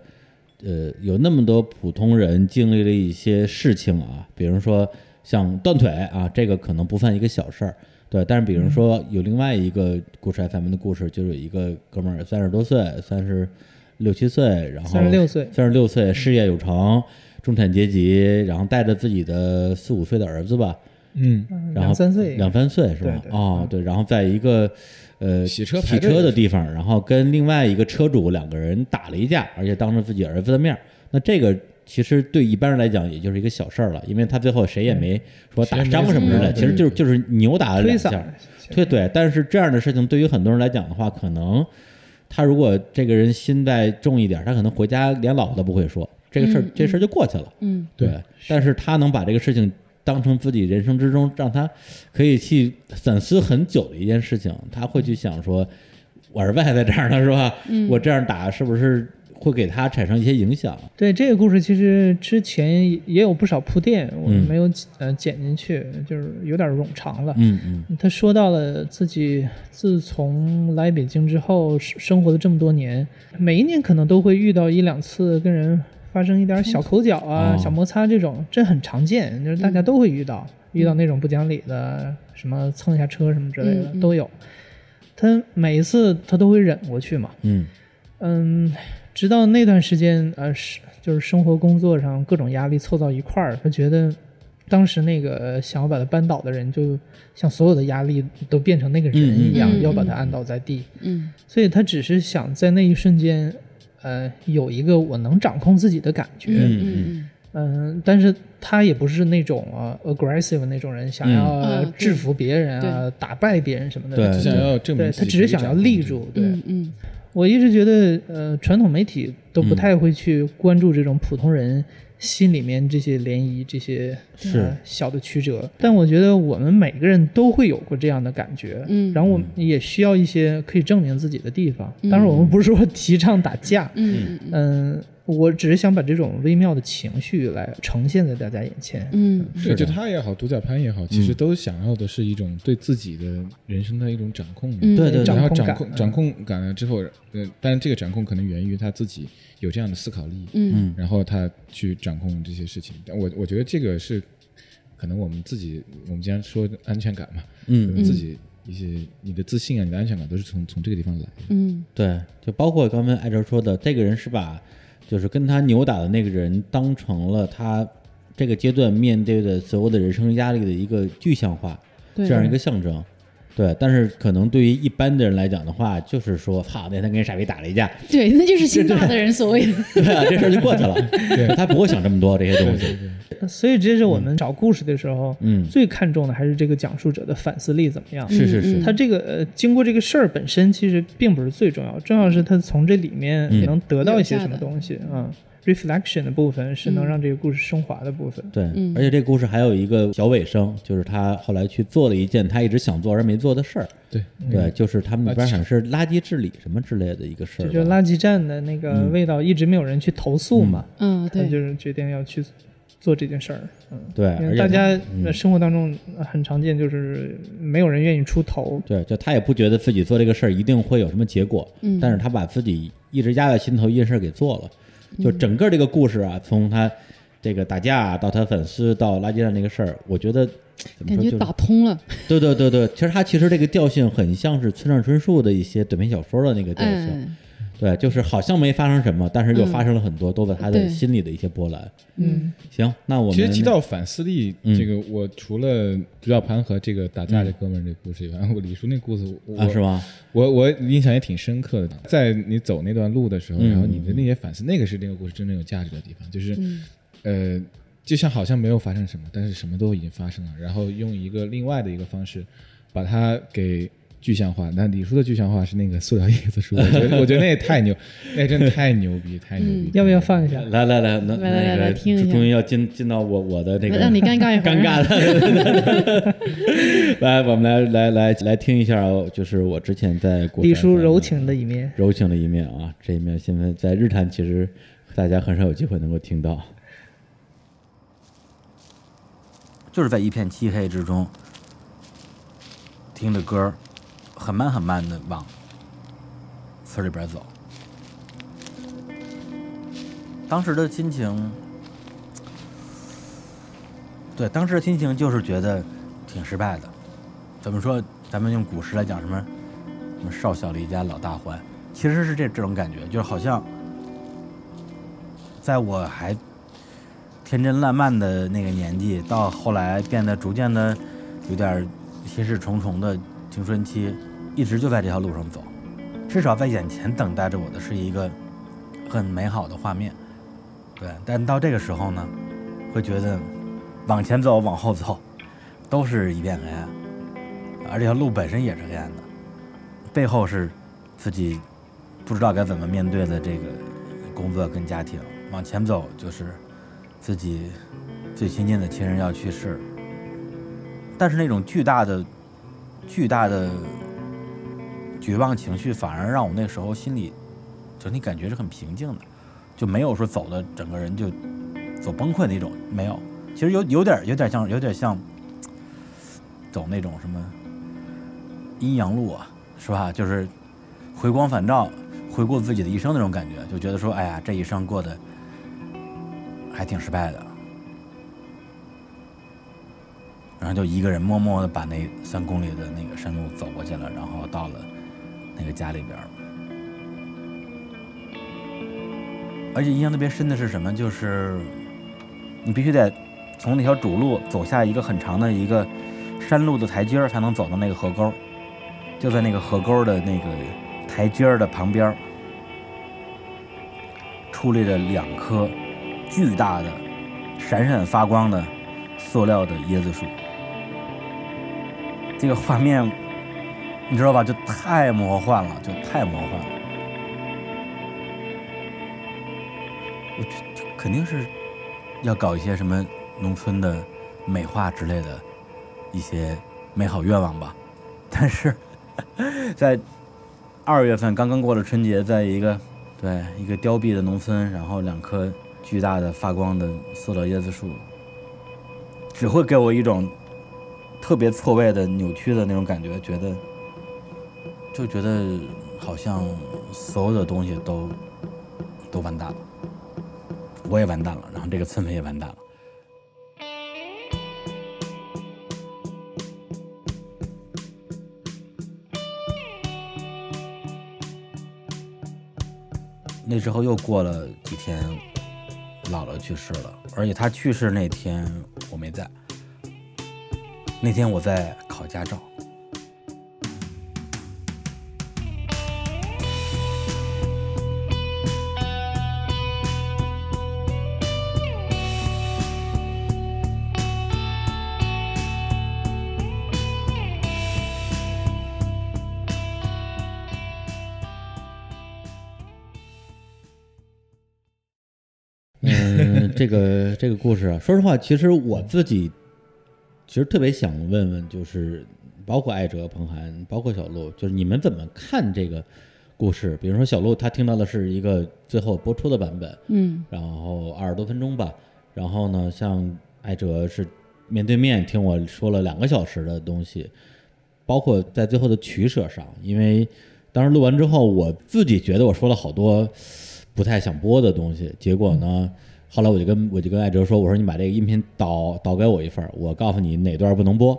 A: 呃，有那么多普通人经历了一些事情啊，比如说像断腿啊，这个可能不算一个小事儿，对。但是比如说有另外一个故事 FM 的故事，就是有一个哥们儿三十多岁，三十六七岁，然后
B: 36岁
A: 三十六岁，事业有成，中产阶级，然后带着自己的四五岁的儿子吧。
E: 嗯，
B: 嗯
A: 然后
B: 两三岁，
A: 两三岁是吧？
B: 对对
A: 哦，对，然后在一个呃
E: 洗车
A: 洗
E: 排队
A: 车的地方，然后跟另外一个车主两个人打了一架，而且当着自己儿子的面儿，那这个。其实对一般人来讲，也就是一个小事儿了，因为他最后谁也没说打伤什么之类的，
E: 嗯
A: 其实就是就是扭打了啊
B: 推
A: 两
B: 搡
A: 下，对对，但是这样的事情对于很多人来讲的话，可能他如果这个人心再重一点儿，他可能回家连老婆都不会说，这个事儿、
D: 嗯
A: 这事儿就过去了。
D: 嗯，
E: 对
A: 对，但是他能把这个事情当成自己人生之中让他可以去反思很久的一件事情，他会去想说，我儿子还在这儿呢，是吧？
D: 嗯
A: 我这样打是不是会给他产生一些影响？
B: 对这个故事，其实之前也有不少铺垫，我
A: 嗯
B: 没有呃剪进去，就是有点冗长了。
A: 嗯嗯
B: 他说到了自己自从来北京之后生生活了这么多年，每一年可能都会遇到一两次跟人发生一点小口角啊、
A: 哦
B: 小摩擦这种，这很常见，就是大家
D: 嗯
B: 都会遇到，遇到那种不讲理的，什么蹭一下车什么之类的、
D: 嗯嗯
B: 都有。他每一次他都会忍过去嘛，
A: 嗯
B: 嗯，直到那段时间，呃，是就是生活工作上各种压力凑到一块儿，他觉得当时那个呃想要把他扳倒的人，就像所有的压力都变成那个人一样，
D: 嗯嗯嗯
B: 要把他按倒在地。
D: 嗯
B: 所以他只是想在那一瞬间，呃，有一个我能掌控自己的感觉。
A: 嗯
D: 嗯
B: 嗯，但是他也不是那种啊 aggressive 那种人，
A: 嗯
B: 想要
D: 啊
B: 呃
D: 对
B: 制服别人啊、
D: 对
B: 打败别人什么的。
A: 对
E: 只想要证明
B: 对
E: 自
B: 他
E: 己
B: 只是
E: 可以
B: 想要
E: 掌控
B: 立
E: 自己
B: 住，，对。
D: 嗯嗯
B: 我一直觉得，呃，传统媒体都
A: 嗯
B: 不太会去关注这种普通人心里面这些涟漪、这些
A: 是
B: 呃小的曲折。但我觉得我们每个人都会有过这样的感觉，
D: 嗯
B: 然后我们也需要一些可以证明自己的地方。
D: 嗯
B: 当然，我们不是说 [LAUGHS] 提倡打架，
D: 嗯嗯
B: 嗯、我只是想把这种微妙的情绪来呈现在大家眼前。
D: 嗯
E: 对，
A: 是
E: 就
A: 的
E: 他也好，独角攀也好，其实
A: 嗯
E: 都想要的是一种对自己的人生的一种掌控嘛。
D: 嗯，
A: 对对对
E: 然后
B: 掌控
E: 掌
B: 感
E: 控
B: 嗯
E: 掌控感了之后，呃，但是这个掌控可能源于他自己有这样的思考力，
D: 嗯
A: 嗯
E: 然后他去掌控这些事情。但我我觉得这个是可能我们自己，我们经常说安全感嘛，
A: 嗯，
E: 自己一些你的自信啊，你的安全感都是从从这个地方来的。
D: 嗯
A: 对，就包括刚才艾哲说的，这个人是把就是跟他扭打的那个人当成了他这个阶段面对的所有的人生压力的一个具象化，
D: 对
A: 这样一个象征。对，但是可能对于一般的人来讲的话，就是说，
I: [LAUGHS]
A: 操，那天跟傻逼打了一架，
D: 对，那就是心大的人所谓的。
A: 对啊，这事儿就过去了。他不会想这么多这些东西。
B: 所以，这是我们找故事的时候，
A: 嗯
B: 最看重的还是这个讲述者的反思力怎么样。
A: 是是是
D: 嗯
B: 他这个呃，经过这个事儿本身，其实并不是最重要，重要是他从这里面
A: 嗯
B: 能得到一些什么东西啊、 reflection 的部分是能
D: 嗯
B: 让这个故事升华的部分。
I: 对，
D: 嗯
I: 而且这个故事还有一个小尾声，就是他后来去做了一件他一直想做而没做的事儿。
E: 对，
I: 对，
B: 嗯
I: 就是他们那边
E: 垃圾
I: 好像是垃圾治理什么之类的一个事
B: 就
I: 儿
B: 就
I: 吧。
B: 垃圾站的那个味道一直没有人去投诉嘛，
D: 嗯，
B: 他就
D: 对，
B: 是决定要去做这件事儿。嗯，
I: 对，
B: 因
I: 而
B: 为
I: 且
B: 大
I: 他
B: 家
I: 嗯
B: 呃生活当中呃很常见就是没有人愿意出头，
I: 对，就他也不觉得自己做这个事儿一定会有什么结果，
D: 嗯
I: 但是他把自己一直压在心头一件事儿给做了，
D: 嗯
I: 就整个这个故事啊，从他这个打
A: 啊
I: 架到他粉丝到垃圾站那个事儿，我觉得怎么
D: 感
I: 说
D: 觉
I: 就是
D: 打通了，
I: 对对对对，其实他其实这个调性很像是村上春树的一些短篇小说的那个调性，
D: 哎，
I: 对，就是好像没发生什么，但是又
D: 嗯
I: 发生了很多，都在他
A: 嗯
I: 的
D: 对
I: 心里的一些波澜。
D: 嗯
I: 行，那我们
E: 其实提到反思力，
I: 嗯
E: 这个我除了主角盘和这个打架这哥们儿这故事以外，我李叔那故事我
I: 啊，是吗？
E: 我我印象也挺深刻的，在你走那段路的时候，
I: 嗯
E: 然后你的那些反思，那个是这个故事真正有价值的地方，就是、
D: 嗯
E: 呃，就像好像没有发生什么，但是什么都已经发生了，然后用一个另外的一个方式把它给具象化。那李叔的具象化是那个塑料叶子书，我觉得我觉得那也太牛， [LAUGHS] 那真的太牛逼，太牛逼！
B: 要不要放一下？
I: 来来来，那
D: 来来
I: 那个
D: 来听一下
I: 终于要进进到我我的那个
D: 让你尴尬一
A: [LAUGHS]
D: 会儿，
I: 尴尬的。
B: [LAUGHS]
I: 来，我们来来来来听一下，就是我之前在国
B: 李
I: 产
B: 叔
I: 上
B: 柔
I: 面
B: 情的一面。
I: 柔情的一面啊，这一面现在在日坛其实大家很少有机会能够听到。
A: 就是在一片漆黑之中，听着歌儿，很慢很慢的往村里边走。当时的心情，对，当时的心情就是觉得挺失败的。怎么说？咱们用古诗来讲什么？什么少小离家老大还，其实是这这种感觉，就是好像在我还天真烂漫的那个年纪，到后来变得逐渐的有点儿心事重重的青春期，一直就在这条路上走。至少在眼前等待着我的是一个很美好的画面，对。但到这个时候呢，会觉得往前走、往后走，都是一片黑暗，而这条路本身也是黑暗的，背后是自己不知道该怎么面对的这个工作跟家庭。往前走就是自己最亲近的亲人要去世，但是那种巨大的、巨大的绝望情绪，反而让我那时候心里整体感觉是很平静的，就没有说走的整个人就走崩溃那种，没有。其实有有点有点像有点像走那种什么阴阳路啊，是吧？就是回光返照，回顾自己的一生那种感觉，就觉得说，哎呀，这一生过得还挺失败的。然后就一个人默默的把那三公里的那个山路走过去了，然后到了那个家里边儿。而且印象特别深的是什么？就是你必须得从那条主路走下一个很长的一个山路的台阶儿，才能走到那个河沟儿。就在那个河沟的那个台阶儿的旁边儿，矗立着两棵巨大的、闪闪发光的塑料的椰子树。这个画面，你知道吧？就太魔幻了，就太魔幻了。我这这肯定是要搞一些什么农村的美化之类的一些美好愿望吧， [LAUGHS] 但是。在二月份刚刚过了春节，在一个对一个凋敝的农村，然后两棵巨大的发光的塑料椰子树，只会给我一种特别错位的扭曲的那种感觉，觉得就觉得好像所有的东西都都完蛋了，我也完蛋了，然后这个村子也完蛋了。那之后又过了几天，姥姥去世了，而且她去世那天我没在，那天我在考驾照。嗯，这个这个故事啊，说实话，其实我自己其实特别想问问，就是包括艾哲、彭涵，包括小鹿，就是你们怎么看这个故事？比如说小鹿，他听到的是一个最后播出的版本，
D: 嗯
A: 然后二十多分钟吧。然后呢，像艾哲是面对面听我说了两个小时的东西，包括在最后的取舍上，因为当时录完之后，我自己觉得我说了好多不太想播的东西，结果呢。后来我就跟我就跟艾哲说，我说你把这个音频导导给我一份儿，我告诉你哪段不能播，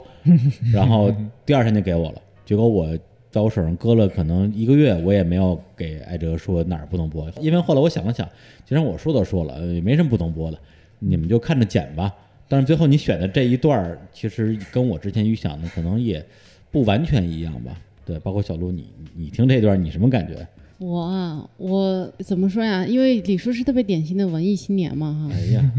A: 然后第二天就给我了。结果我在我手上搁了可能一个月，我也没有给艾哲说哪儿不能播，因为后来我想了想，既然我说都说了，呃也没什么不能播的，你们就看着剪吧。但是最后你选的这一段儿，其实跟我之前预想的可能也不完全一样吧。对，包括小鹿，你你听这段儿你什么感
D: [LAUGHS]
A: 觉？
D: 我啊，我怎么说呀？因为李叔是特别典型的文艺青年嘛，哈。
A: 哎呀，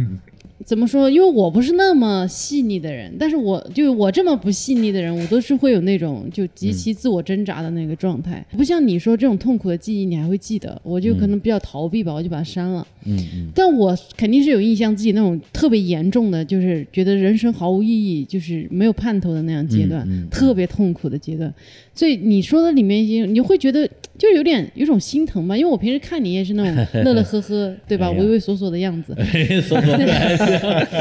D: 怎么说？因为我不是那么细腻的人，但是我就我这么不细腻的人，我都是会有那种就
A: 嗯
D: 极其自我挣扎的那个状态。不像你说这种痛苦的记忆，你还会记得，我就可能比较逃避吧，我就把它删了。
A: 嗯嗯
D: 但我肯定是有印象自己那种特别严重的，就是觉得人生毫无意义，就是没有盼头的那样阶段，
A: 嗯嗯
D: 特别痛苦的阶段。所以你说的里面一些，你会觉得就是有点有种心疼吧，因为我平时看你也是那种乐乐呵呵，对吧？
A: [LAUGHS] 哎呀
D: 畏畏缩缩的样子，
A: 嗯，所以说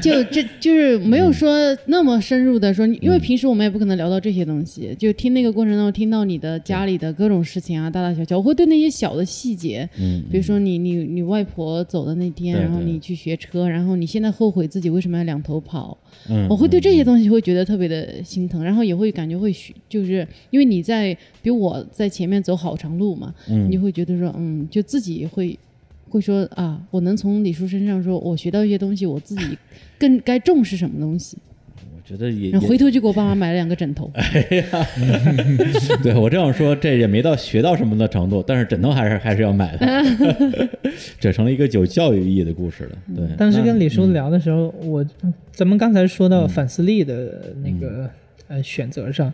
D: 就这就是没
A: 嗯
D: 有说那么深入的说，因为平时我们也不可能聊到这些东西。就听那个过程当中，听到你的家里的各种事情啊，大大小小，我会对那些小的细节，
A: 嗯，
D: 比如说你你你外婆走的那天，
A: 对
D: 然后
A: 对
D: 你去学车，然后你现在后悔自己为什么要两头跑，
A: 嗯，
D: 我会对这些东西会觉得特别的心疼，然后也会感觉会许，就是因为你在比我在前面走好长路嘛，
A: 嗯
D: 你就会觉得说，嗯，就自己会会说啊，我能从李叔身上说我学到一些东西，我自己更该重视什么东西，
A: 我觉得也
D: 然后
A: 也
D: [LAUGHS] 回头就给我爸妈买了两个枕头，
A: 对我这样说，这也没到学到什么的程度，但是枕头还是 [LAUGHS] 还是要买的，
D: [LAUGHS]
A: 这成了一个有教育意义的故事了。
D: 嗯
A: 对，
B: 当时跟李
A: 嗯
B: 叔聊的时候，我咱们刚才说到反思力的那
A: 嗯
B: 个、呃选择上，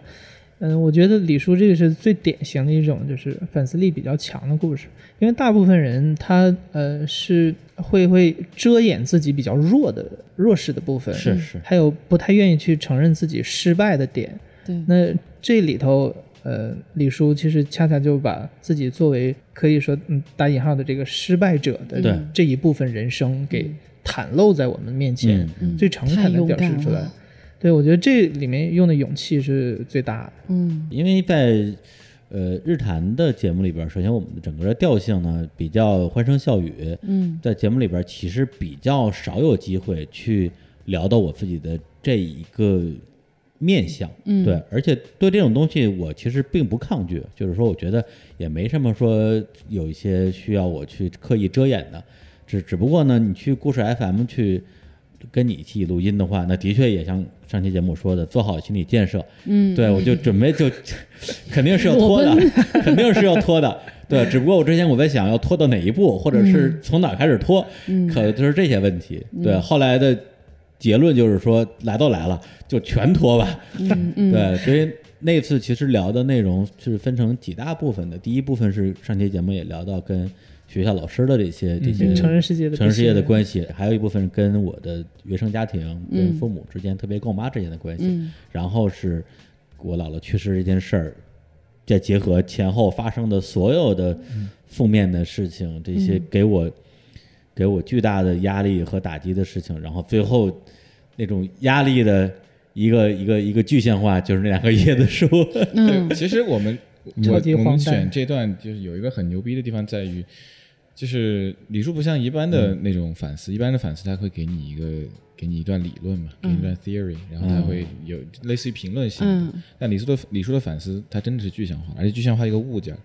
B: 嗯、我觉得李叔这个是最典型的一种就是反思力比较强的故事，因为大部分人他呃是会会遮掩自己比较弱的弱势的部分，
A: 是是，
B: 还有不太愿意去承认自己失败的点，
A: [LAUGHS]
D: 对，
B: 那这里头，呃，李叔其实恰恰就把自己作为可以说嗯打引号的这个失败者
A: 对
B: 的这一部分人生给袒露在我们面前，
A: 嗯嗯
B: 最诚恳的表示出
D: 太勇敢
B: 来
D: 了。
B: 对，我觉得这里面用的勇气是最大的。
D: 嗯
A: 因为在呃日坛的节目里边，首先我们的整个的调性呢比较欢声笑语，
D: 嗯
A: 在节目里边其实比较少有机会去聊到我自己的这一个面相，
D: 嗯
A: 对，而且对这种东西我其实并不抗拒，就是说我觉得也没什么说有一些需要我去刻意遮掩的，只只不过呢，你去故事 FM 去跟你一起录音的话，那的确也像上期节目说的，做好心理建设，
D: 嗯，
A: 对，我就准备就肯定是要拖的
D: 裸，
A: [LAUGHS] 肯定是要拖的。对，只不过我之前我在想要拖到哪一步，或者是从哪开始拖，可就是这些问题。对，后来的结论就是说，来都来了，就全拖吧。
D: 嗯嗯
A: 对，所以那次其实聊的内容是分成几大部分的。第一部分是上期节目也聊到跟学校老师的这些这些
B: 嗯成人世界的不
A: 成人世界的
B: 信任
A: 关系，还有一部分是跟我的原生家庭、跟父母之间，特别跟我妈之间的关系。
D: 嗯
A: 然后是我姥姥去世这件事儿，再结合前后发生的所有的负面的事情，这些给我给我巨大的压力和打击的事情，然后最后那种压力的一个一个一个具象化，就是那两个椰子树。
D: 嗯
E: 对， [LAUGHS] 其实我们我
B: [LAUGHS] 超级
E: 我
B: 荒
E: 们
B: 诞
E: 选这段就是有一个很牛逼的地方在于，就是李叔不像一般
B: 嗯
E: 的那种反思，一般的反思他会给你一个给你一段理论嘛，给你一
B: 嗯
E: 段 theory，、然后他会有类似于评论性的。
D: 嗯
E: 但李叔的李叔的反思，他真的是具象化，而且具象化一个物件儿。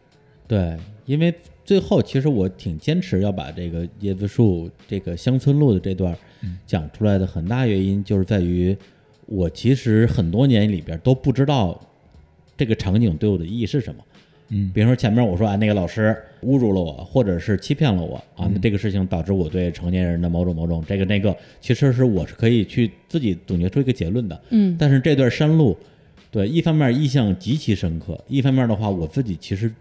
A: 对，因为最后其实我挺坚持要把这个椰子树这个乡村路的这段儿讲出来的，很大原因就是在于我其实很多年里边都不知道这个场景对我的意义是什么。
E: 嗯
A: 比如说前面我说啊，那个老师侮辱了我，或者是欺骗了我啊，那这个事情导致我对成年人的某种某种这个那个，其实是我是可以去自己总结出一个结论的。
D: 嗯
A: 但是这段山路，对，一方面印象极其深刻，一方面的话，我自己其实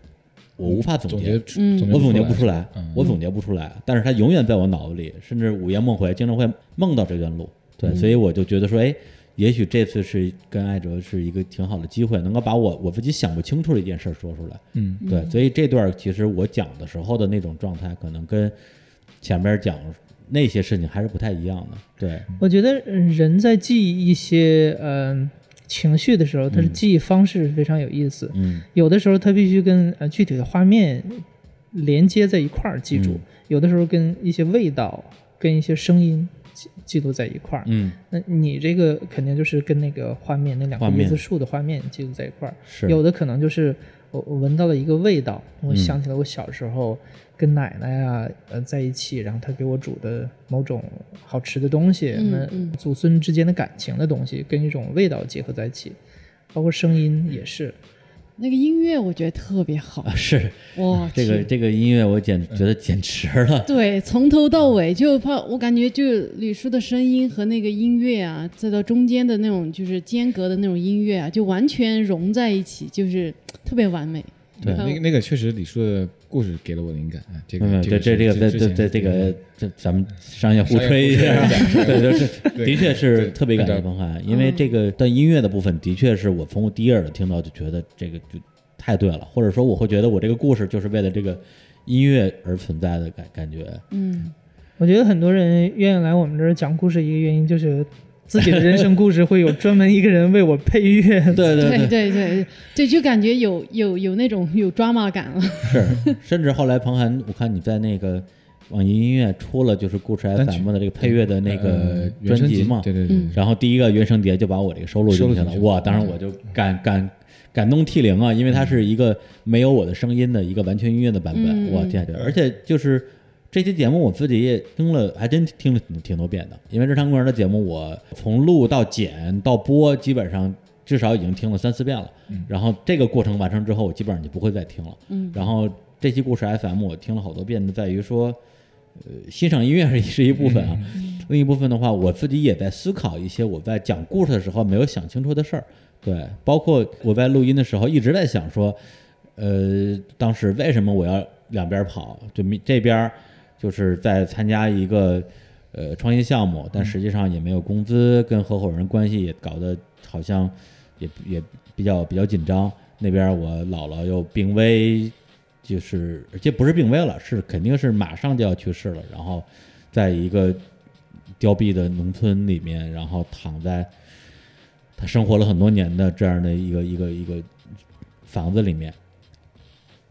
A: 我无法总
E: 总
A: 结
E: 结，
D: 嗯
E: 总结
A: 我总结不出来
E: 嗯，
A: 我总结不出来，但是它永远在我脑子里，甚至午夜梦回，经常会梦到这段路。
E: 嗯
A: 对，所以我就觉得说，哎，也许这次是跟艾哲是一个挺好的机会，能够把我我自己想不清楚的一件事儿说出来。
E: 嗯，
A: 对，所以这段儿其实我讲的时候的那种状态，可能跟前边儿讲那些事情还是不太一样的。对，
B: 我觉得呃人在记忆一些嗯、情绪的时候，他的
A: 嗯
B: 记忆方式非常有意思。
A: 嗯
B: 有的时候它必须跟呃具体的画面连接在一块儿记住，
A: 嗯
B: 有的时候跟一些味道、跟一些声音记记录在一块儿。
A: 嗯，
B: 那你这个肯定就是跟那个画面那两个
A: 画面
B: 叶子树的画面记录在一块儿。
A: 是
B: 有的可能就是呃我我闻到了一个味道，我
A: 嗯
B: 想起了我小时候跟奶奶啊呃在一起，然后她给我煮的某种好吃的东西，
D: 嗯嗯
B: 那祖孙之间的感情的东西跟一种味道结合在一起，包括声音也是。
D: 那个音乐我觉得特别好
A: 啊，是
D: 哇，
A: [LAUGHS] 这个
D: 天
A: 这个音乐我简觉得简直了。
D: 对，从头到尾就怕我感觉就吕叔的声音和那个音乐啊，再到中间的那种就是间隔的那种音乐啊，就完全融在一起，就是特别完美。
A: 对
D: 还有
E: 那个那个确实李叔的故事给了我灵感啊，这
A: 嗯，
E: 个
A: 对，这这个
E: 是
A: 在
E: 之
A: 在
E: 前呃
A: 在这个这咱们商业互
E: 商业
A: 吹一
E: 互吹
A: 下
E: 一，
A: [LAUGHS]
E: 下
A: 对，就是
E: 对
A: 的确是
E: 对嗯
A: 特别感谢
E: 按照
A: 彭涵，因为这个但音乐的部分的确是我从我第一耳朵听到就觉得这个就太对了，或者说我会觉得我这个故事就是为了这个音乐而存在的感感觉。
D: 嗯，
B: 我觉得很多人愿意来我们这儿讲故事，一个原因就是自己的人生故事会有专门一个人为我配乐。
A: [LAUGHS] 对对
D: 对对对对，就感觉有有有那种有 drama 感了。
A: 是，甚至后来彭涵，我看你在那个网易音乐出了就是故事
E: 单曲
A: FM 的这个配乐的那
E: 呃
A: 个
E: 原
A: 专
E: 声
A: 辑嘛，
E: 对对对
D: 嗯，
A: 然后第一个原声碟就把我这个收录进去
E: 收录
A: 了，
E: 进去
A: 哇！当然我就感感感动涕零啊，因为它是一个没有我的声音的一个完全音乐的版
D: 嗯
A: 本，哇天啊！而且就是这期节目我自己也听了，还真听了挺挺多遍的，因为日常公园的节目我从录到剪到播，基本上至少已经听了三四遍了。然后这个过程完成之后，我基本上就不会再听了。
D: 嗯
A: 然后这期故事 FM 我听了好多遍的，在于说。呃欣赏音乐是一是一部分啊，
D: 嗯
A: 另一部分的话，我自己也在思考一些我在讲故事的时候没有想清楚的事儿。对，包括我在录音的时候一直在想说，呃，当时为什么我要两边跑？就明这边儿就是在参加一个呃创业项目，
E: 嗯
A: 但实际上也没有工资，跟合伙人关系也搞得好像也也比较比较紧张。那边儿我姥姥又病危，就是这不是病危了，是肯定是马上就要去世了。然后在一个凋敝的农村里面，然后躺在他生活了很多年的这样的一个一个一个房子里面。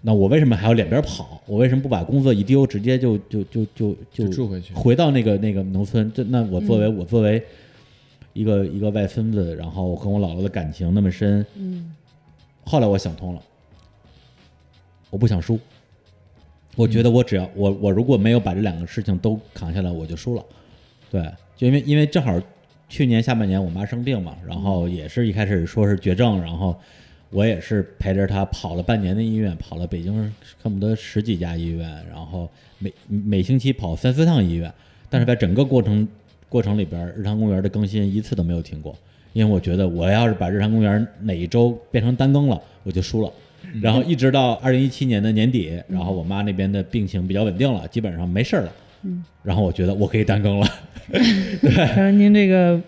A: 那我为什么还要两边跑？我为什么不把工作一丢，直接就就就就就
E: 就住回去
A: 回到那个那个农村？这那我作为、我作为一个一个外孙子，然后我跟我姥姥的感情那么深，
D: 嗯
A: 后来我想通了，我不想输。我觉得我只要我我如果没有把这两个事情都扛下来，我就输了。对，就因为因为正好去年下半年我妈生病嘛，然后也是一开始说是绝症，然后我也是陪着她跑了半年的医院，跑了北京恨不得十几家医院，然后每每星期跑三四趟医院，但是在整个过程过程里边，日常公园的更新一次都没有停过，因为我觉得我要是把日常公园哪一周变成单更了，我就输了。然后一直到二零一七年的年底，然后我妈那边的病情比较稳定了，基本上没事儿了。
D: 嗯，
A: 然后我觉得我可以单更了。
B: 当然，您这个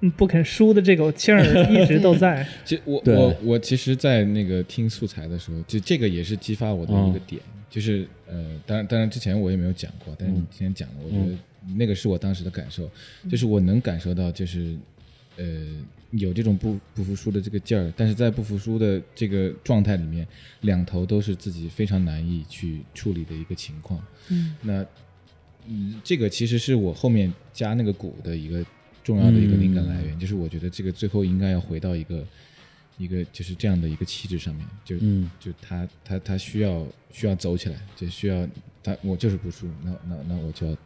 B: 嗯不肯输的这口气儿一直都在。
E: 其实我
A: 对
E: 我我其实，在那个听素材的时候，就这个也是激发我的一个点，就是呃，当然当然之前我也没有讲过，但是你今天讲了，我觉得那个是我当时的感受，就是我能感受到，就是呃有这种不不服输的这个劲儿，但是在不服输的这个状态里面，两头都是自己非常难以去处理的一个情况。
D: 嗯
E: 那嗯，这个其实是我后面加那个鼓的一个重要的一个灵感来源，就是我觉得这个最后应该要回到一个一个就是这样的一个气质上面，就、
A: 嗯
E: 就他他他需要需要走起来，就需要他我就是不输，那那那我就要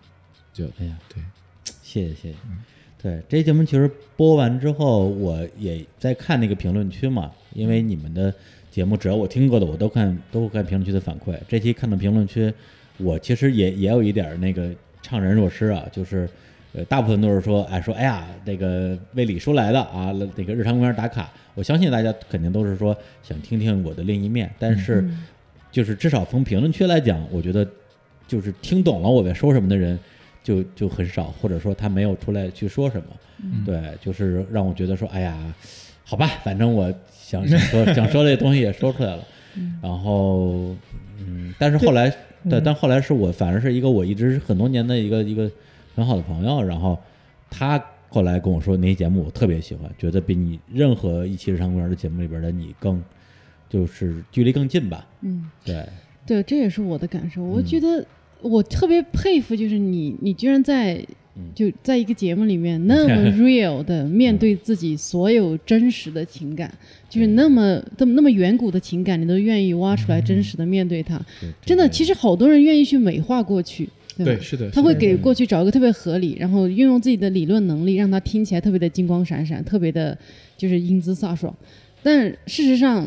E: 就要
A: 哎呀，
E: 对，
A: 谢谢谢谢。对，这节目其实播完之后，我也在看那个评论区嘛，因为你们的节目只要我听过的，我都看都会看评论区的反馈。这期看到评论区，我其实也也有一点儿那个怅然若失啊，就是呃，大部分都是说，哎，说哎呀，那个为李叔来的啊，那个日常公园打卡。我相信大家肯定都是说想听听我的另一面，但是就是至少从评论区来讲，我觉得就是听懂了我在说什么的人就就很少，或者说他没有出来去说什么。对，就是让我觉得说，哎呀，好吧，反正我想想说想说这东西也说出来了。然后，嗯，但是后来，对，但后来是我反而是一个我一直很多年的一个一个很好的朋友，然后他后来跟我说那期节目我特别喜欢，觉得比你任何一期《日常公园》的节目里边的你更就是距离更近吧。
D: 嗯，
A: 对，
D: 对，这也是我的感受。我
A: 嗯
D: 觉得我特别佩服，就是你，你居然在
A: 嗯
D: 就在一个节目里面那
A: [LAUGHS]
D: 么 real 的面对自己所有真实的情感，
A: 嗯
D: 就是那么这么那么远古的情感，你都愿意挖出来
A: 嗯
D: 真实的面对它。
A: 对
D: 真的，
A: 这个
D: 其实好多人愿意去美化过去，对
E: 对，
D: 吧？
E: 是的，
D: 他
E: 是
D: 会
E: 的
D: 给过去找一个特别合理，然后运用自己的理论能力，让它听起来特别的金光闪闪，特别的就是英姿飒爽。但事实上，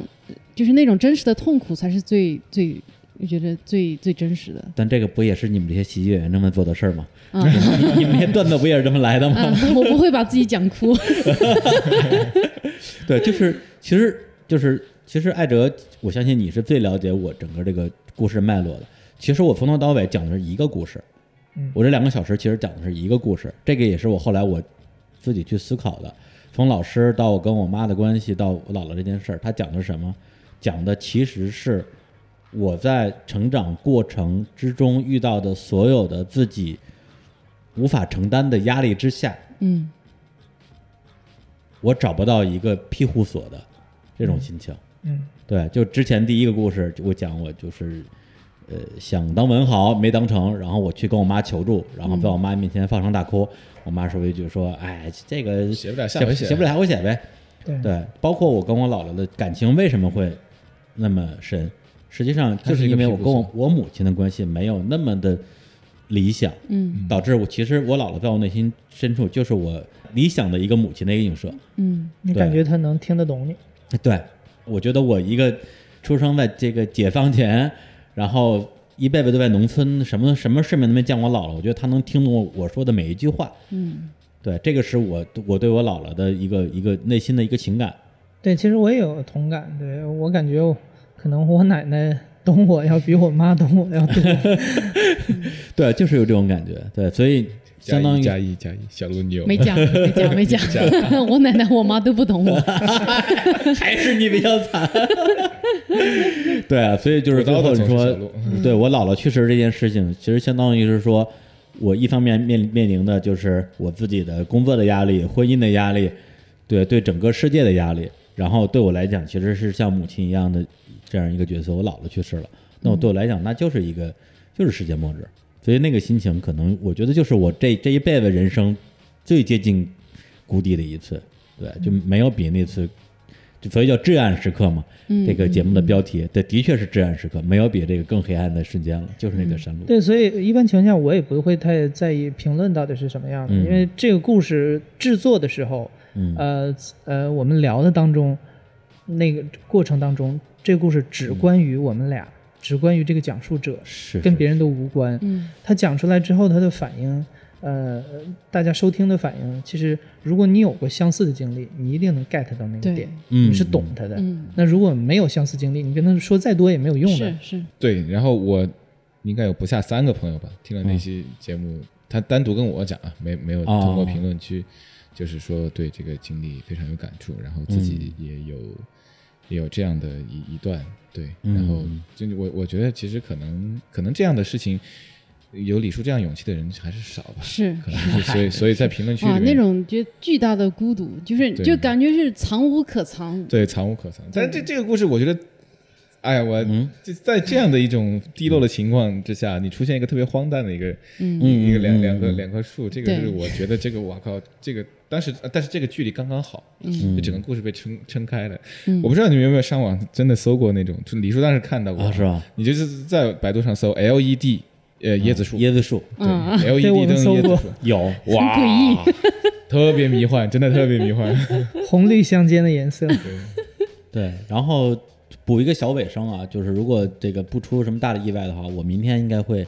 D: 就是那种真实的痛苦才是最最，我觉得最最真实的
A: 但这个不也是你们这些喜剧演员这么做的事儿吗？
D: 啊
A: [LAUGHS] 你们这些段子不也是这么来的吗？
D: 啊！我不会把自己讲哭，
A: [LAUGHS] 对，就是其实就是其实艾哲，我相信你是最了解我整个这个故事脉络的。其实我从头到尾讲的是一个故事，
G: 嗯
A: 我这两个小时其实讲的是一个故事，这个也是我后来我自己去思考的。从老师到我跟我妈的关系，到我姥姥这件事儿，他讲的是什么？讲的其实是我在成长过程之中遇到的所有的自己无法承担的压力之下，
D: 嗯
A: 我找不到一个庇护所的这种心情。
G: 嗯，
A: 对，就之前第一个故事，我讲我就是呃想当文豪没当成，然后我去跟我妈求助，然后在我妈面前放声大哭，我妈说一句说：“哎，这个
E: 写不了下回写
A: 写不了下回写呗。”
G: 对
A: 对，包括我跟我姥姥的感情为什么会那么深，实际上就是因为我跟
E: 它是一个
A: 我
E: 屁
A: 我母亲的关系没有那么的理想，
D: 嗯
A: 导致我其实我姥姥在我内心深处就是我理想的一个母亲的一个映射。
D: 嗯
G: 你
A: 对
G: 感觉他能听
A: [LAUGHS]
G: 得懂你，
A: 对，我觉得我一个出生在这个解放前，然后一辈子都在农村，什么什么世面都没见过姥姥，我觉得她能听懂我说的每一句话。
D: 嗯
A: 对，这个是我我对我姥姥的一个一个内心的一个情感。
G: 对，其实我也有同感。对我感觉我，可能我奶奶懂我要比我妈懂我
A: [LAUGHS]
G: 要多。
A: 对，就是有这种感觉。对，所以
E: 加
A: 相当
E: 一
A: 于
E: 加一加一，小鹿你有
D: 没讲没讲没讲， [LAUGHS] 我奶奶我妈都不懂我，
A: 还是你比较惨。 [LAUGHS] 对啊，所以就是最后你
E: 我
A: 说
E: 叨叨总是小鹿，
A: 对我姥姥去世这件事情，其实相当于是说，我一方面面面临的就是我自己的工作的压力、婚姻的压力，对对整个世界的压力。然后对我来讲，其实是像母亲一样的这样一个角色。我姥姥去世了，那我对我来讲，那就是一个就是世界末日。所以那个心情，可能我觉得就是我这这一辈子人生最接近谷底的一次，对，就没有比那次，就所以叫至暗时刻嘛。
D: 嗯
A: 这个节目的标题，对，的确是至暗时刻，没有比这个更黑暗的瞬间了，就是那个山路。
G: 对，所以一般情况下我也不会太在意评论到底是什么样的，
A: 嗯
G: 因为这个故事制作的时候，
A: 嗯，
G: 呃呃，我们聊的当中，那个过程当中，这个故事只关于我们俩，只关于这个讲述者，
A: 嗯是
G: 跟别
A: 人
G: 人都无关。
D: 嗯
G: 他讲出来之后，他的反应，呃，大家收听的反应，其实如果你有过相似的经历，你一定能 get 到那个
D: 对
G: 点，
A: 嗯
G: 你是懂他的。
D: 嗯
G: 那如果没有相似经历，你跟他说再多也没有用的
D: 是。是
E: 对，然后我应该有不下三个朋友吧，听了那期节目，他单独跟我讲啊，没没有
A: 哦
E: 通过评论区，就是说对这个经历非常有感触，然后自己也有、也有这样的一一段，对，
A: 嗯
E: 然后就我我觉得其实可能可能这样的事情，有李叔这样勇气的人还是少吧，
D: 是
E: 可能是所以所以在评论区
D: 哇，
E: 里
D: 那
E: 面。
D: 种觉得巨大的孤独，就是
E: 对
D: 就感觉是藏无可藏，
E: 对，藏无可藏。但
A: 嗯
E: 是这这个故事，我觉得，哎呀，我就在这样的一种低落的情况之下，你出现一个特别荒诞的一个，
D: 嗯
E: 一个
A: 嗯
E: 两两个
A: 嗯
E: 两棵树，这个
D: 对
E: 是我觉得这个，我靠，这个当时，但是这个距离刚刚好，
D: 嗯
E: 就整个故事被撑撑开了。
D: 嗯
E: 我不知道你们有没有上网真的搜过那种，就李叔当时看到过，
A: 啊，是吧？啊
E: 你就是在百度上搜 LED 呃椰子树，
A: 椰子树
E: 对
D: 嗯
A: [LAUGHS]
E: LED
G: 对我们
E: 灯
G: 搜
E: 椰
G: 过
E: 子树，
A: 有，
E: 哇，特别迷幻，真的特别迷幻。
G: 红绿相间的颜色，
A: 对，然后补一个小尾声啊，就是如果这个不出什么大的意外的话，我明天应该会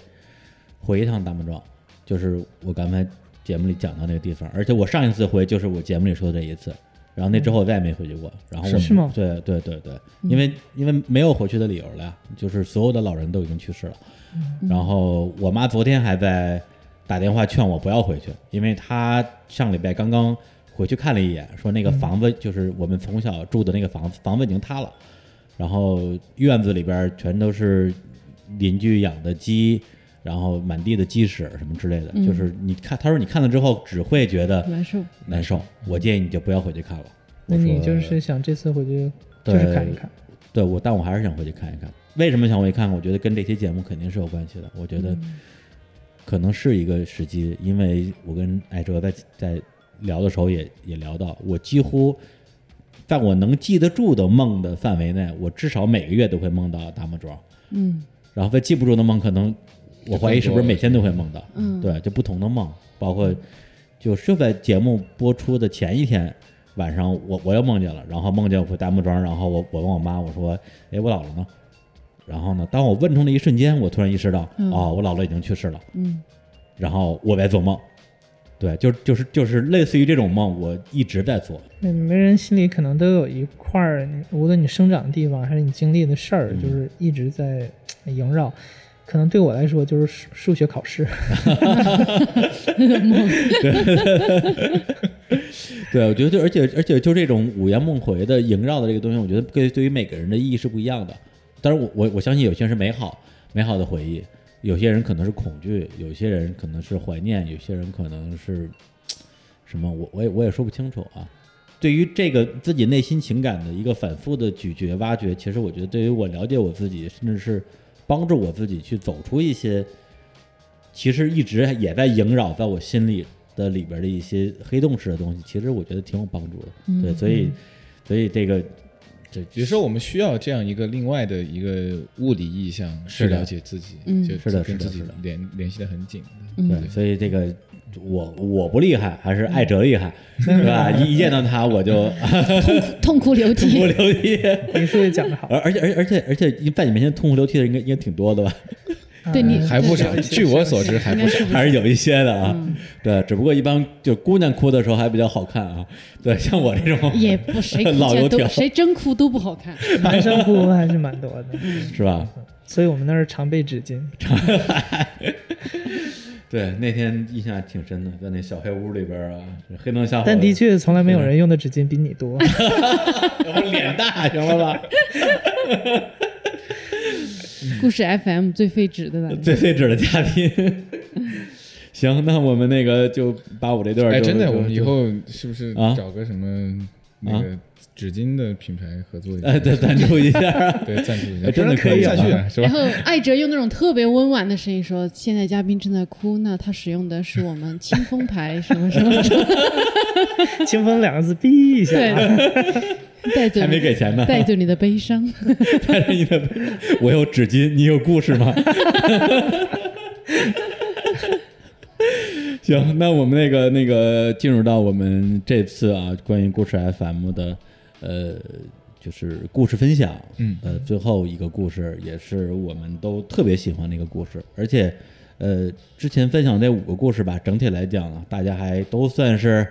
A: 回一趟大木庄，就是我刚才节目里讲到那个地方，而且我上一次回就是我节目里说的这一次，然后那之后我再也没回去过。然后我
B: 是吗
A: 对对对对，因为因为没有回去的理由了呀，就是所有的老人都已经去世了。然后我妈昨天还在打电话劝我不要回去，因为她上礼拜刚刚回去看了一眼，说那个房子就是我们从小住的那个房子，房子已经塌了，然后院子里边全都是邻居养的鸡。然后满地的鸡屎什么之类的，就是你看，她说你看了之后只会觉得
D: 难受。
A: 难受。我建议你就不要回去看了。
B: 那
A: 我说
B: 你就是想这次回去就是看一看，
A: 对我，但我还是想回去看一看。为什么想回去看？我觉得跟这期节目肯定是有关系的。我觉得可能是一个时机，因为我跟艾哲在在聊的时候也也聊到，我几乎在我能记得住的梦的范围内，我至少每个月都会梦到大魔庄。
D: 嗯
A: 然后在记不住的梦，可能我怀疑是不是每天都会梦到，
D: 嗯，
A: 对，就不同的梦，包括就是在节目播出的前一天晚上，我我又梦见了，然后梦见我回大木庄，然后我我问我妈，我说，哎，我姥姥呢？然后呢，当我问出那一瞬间，我突然意识到，
D: 嗯
A: 哦，我姥姥已经去世了，
D: 嗯
A: 然后我在做梦，对，就就是就是类似于这种梦，我一直在做，
B: 那每人心里可能都有一块儿，无论你生长的地方还是你经历的事儿，
A: 嗯
B: 就是一直在呃萦绕。可能对我来说就是数数学考试，
A: 对，我觉得就而且而且就这种五颜梦回的萦绕的这个东西，我觉得对对于每个人的意义是不一样的。当然我，我我相信有些人是美好美好的回忆，有些人可能是恐惧，有些人可能是怀念，有些人可能是什么，我我也我也说不清楚啊。对于这个自己内心情感的一个反复的咀嚼、挖掘，其实我觉得对于我了解我自己，甚至是帮助我自己去走出一些，其实一直也在萦绕在我心里的里边的一些黑洞式的东西，其实我觉得挺有帮助的。
B: 嗯
A: 对，所以所以这个这
E: 比如说，我们需要这样一个另外的一个物理意象去
A: 是的
E: 了解自己，
D: 嗯
E: 就是
A: 的
E: 跟
A: 是的
E: 自己
A: 是的
E: 联联系的很紧。
B: 嗯
A: 对，所以这个我我不厉害，还是艾哲厉害，
B: 嗯
A: 对吧？一一见到他我
B: [LAUGHS]
A: 就
D: 痛哭流
A: 痛哭
D: 涕，
A: 流涕，
B: 你数学讲得好，
A: 而而且而且而且而且在你面前痛哭流涕的应该应该挺多的
B: [LAUGHS]
A: 吧？
D: 对你
E: 嗯还不少，
D: 嗯对
E: 据我所知还
D: 应
E: 不
D: 该
E: 少。
D: 是不
A: 还
D: 是？
A: 是有一些的啊。
B: 嗯
A: 对，只不过一般就姑娘哭的时候还比较好看啊。对，像我这种
D: 也不谁哭
A: 老油
D: 见
A: 条
D: 都谁真哭都不好看。
B: 男生哭还是蛮多的，
A: 是吧？
B: [LAUGHS] 所以我们那儿常备纸巾。
A: 对，那天印象还挺深的，在那小黑屋里边啊，黑灯瞎火，
B: 但的确从来没有人用的纸巾比你多。 [LAUGHS]
A: 我脸大，行了吧？ [LAUGHS]
D: 故事 FM 最费纸的咱
A: 最最指的嘉宾。行，那我们那个就把我这段儿
E: 哎，
A: 就
E: 真的，
A: 就
E: 我们以
A: 就
E: 后是不是
A: 啊
E: 找个什么那个纸巾的品牌合作一
A: [LAUGHS] 哎，
E: 下？
A: 对，赞助一下。
E: [LAUGHS] 对，赞助一
A: 哎
E: 下，
A: 真的
E: 不然
A: 可以
E: 看不下去啊，是
D: 然
E: 吧？
D: 后艾哲用那种特别温婉的声音说：“现在嘉宾正在哭，那他使用的是我们清风牌什么什么什么，
B: 清风两个字，逼一下啊。
D: 对，带走
A: 还没给钱呢，
D: 带走你的悲伤。
A: [LAUGHS] 但是你的，我有纸巾，你有故事吗？ [LAUGHS] 行，那我们那个那个进入到我们这次啊，关于故事 FM 的呃，就是故事分享，
E: 嗯
A: 呃，最后一个故事也是我们都特别喜欢的一个故事，而且呃，之前分享那五个故事吧，整体来讲啊，大家还都算是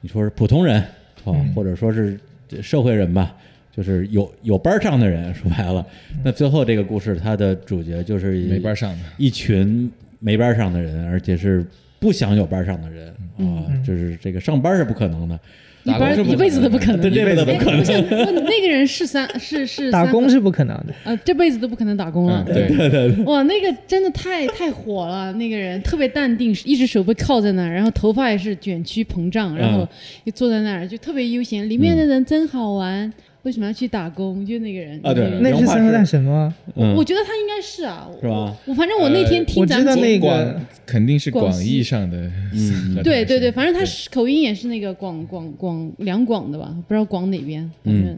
A: 你说是普通人啊，
E: 嗯
A: 或者说是这社会人吧，就是有有班儿上的人，说白了，那最后这个故事它的主角就是
E: 没班上的，
A: 一群没班上的人，而且是不想有班上的人啊，就是这个上班是不可能的，
D: 一
E: 打工是
D: 般
E: 不
D: 一辈子都不可能。
A: 对这辈子都不可
D: 哎，不
A: 能。
D: 是，问那个人是三是是
B: 打
D: 三
B: 工是不可能的，
D: 呃，这辈子都不可能打工了
E: 嗯，。对，
D: 哇，那个真的太太火了，那个人特别淡定，一只手被铐在那儿，然后头发也是卷曲膨胀，然后就坐在那儿，就特别悠闲。里面的人真好玩，为什么要去打工？就那个人
A: 啊对
D: 那个人
B: 那是三个大神吗？
A: 嗯
D: 我，觉得他应该是啊，
A: 是吧？
D: 我反正我那天听
B: 我
D: 咱
B: 知道
D: 们节目
B: 那个
E: 广肯定是
D: 广
E: 广
D: 西
E: 义上的，
A: 嗯
D: 对对对，反正他是口音也是那个广广广两广的吧，不知道广哪边，反正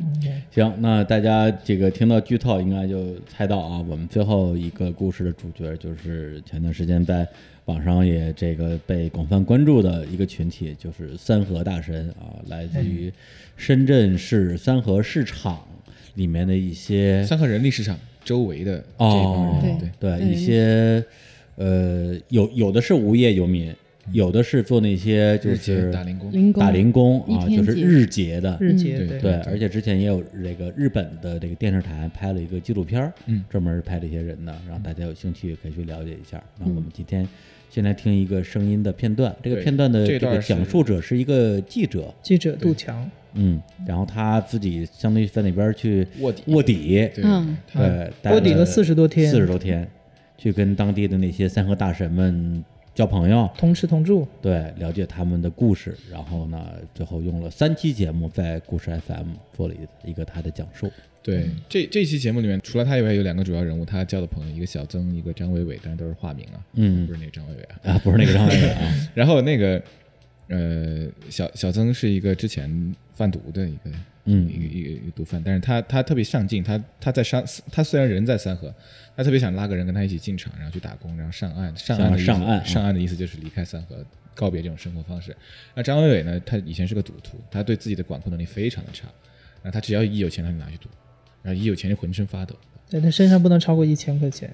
A: 行，那大家这个听到剧透，应该就猜到啊，我们最后一个故事的主角就是前段时间在网上也这个被广泛关注的一个群体，就是三和大神啊，来自于深圳市三和市场里面的一些
E: 三和人力市场周围的这帮
A: 哦
E: 人，对嗯
D: 对
A: 一些呃，有有的是无业游民，
J: 有的是做那些就
E: 日结
J: 是
E: 打零工，
D: 零工
J: 打零工啊，
D: 一天
J: 就是
D: 结
J: 日结的，
B: 日结
E: 对
J: 对，而且之前也有这个日本的这个电视台拍了一个纪录片儿，
E: 嗯
J: 专门拍这些人的，然后大家有兴趣也可以去了解一下。那
D: 嗯
J: 我们今天先来听一个声音的片段，这个
E: 对
J: 片段的
E: 这
J: 这
E: 段
J: 个
E: 是
J: 讲述者是一个记者，
B: 记者杜强，
J: 嗯，然后他自己相当于在那边去
E: 卧底
J: 卧底，
E: 对
D: 嗯，
E: 他
J: 对，
B: 卧底了40多天
J: 四十多天，去跟当地的那些三河大神们交朋友，
B: 同吃同住，
J: 对，了解他们的故事，然后呢，最后用了三期节目在故事 FM 做了一个他的讲述。
E: 对这这期节目里面，除了他以外，有两个主要人物，他交的朋友，一个小曾，一个张伟伟，但是都是化名啊，
J: 嗯
E: 不是那个张伟伟啊。
J: 啊，不是那个张伟伟啊，
E: 然后那个呃，小小曾是一个之前贩毒的一个
J: 嗯
E: 一个一个一个毒贩，但是他他特别上进，他他在山，他虽然人在三河，他特别想拉个人跟他一起进厂，然后去打工，然后上岸，上岸的意思
J: 上岸啊
E: 上岸的意思就是离开三河，告别这种生活方式。那张伟伟呢，他以前是个赌徒，他对自己的管控能力非常的差，那他只要一有钱他就拿去赌，然后一有钱就浑身发抖，
B: 对他身上不能超过一千块钱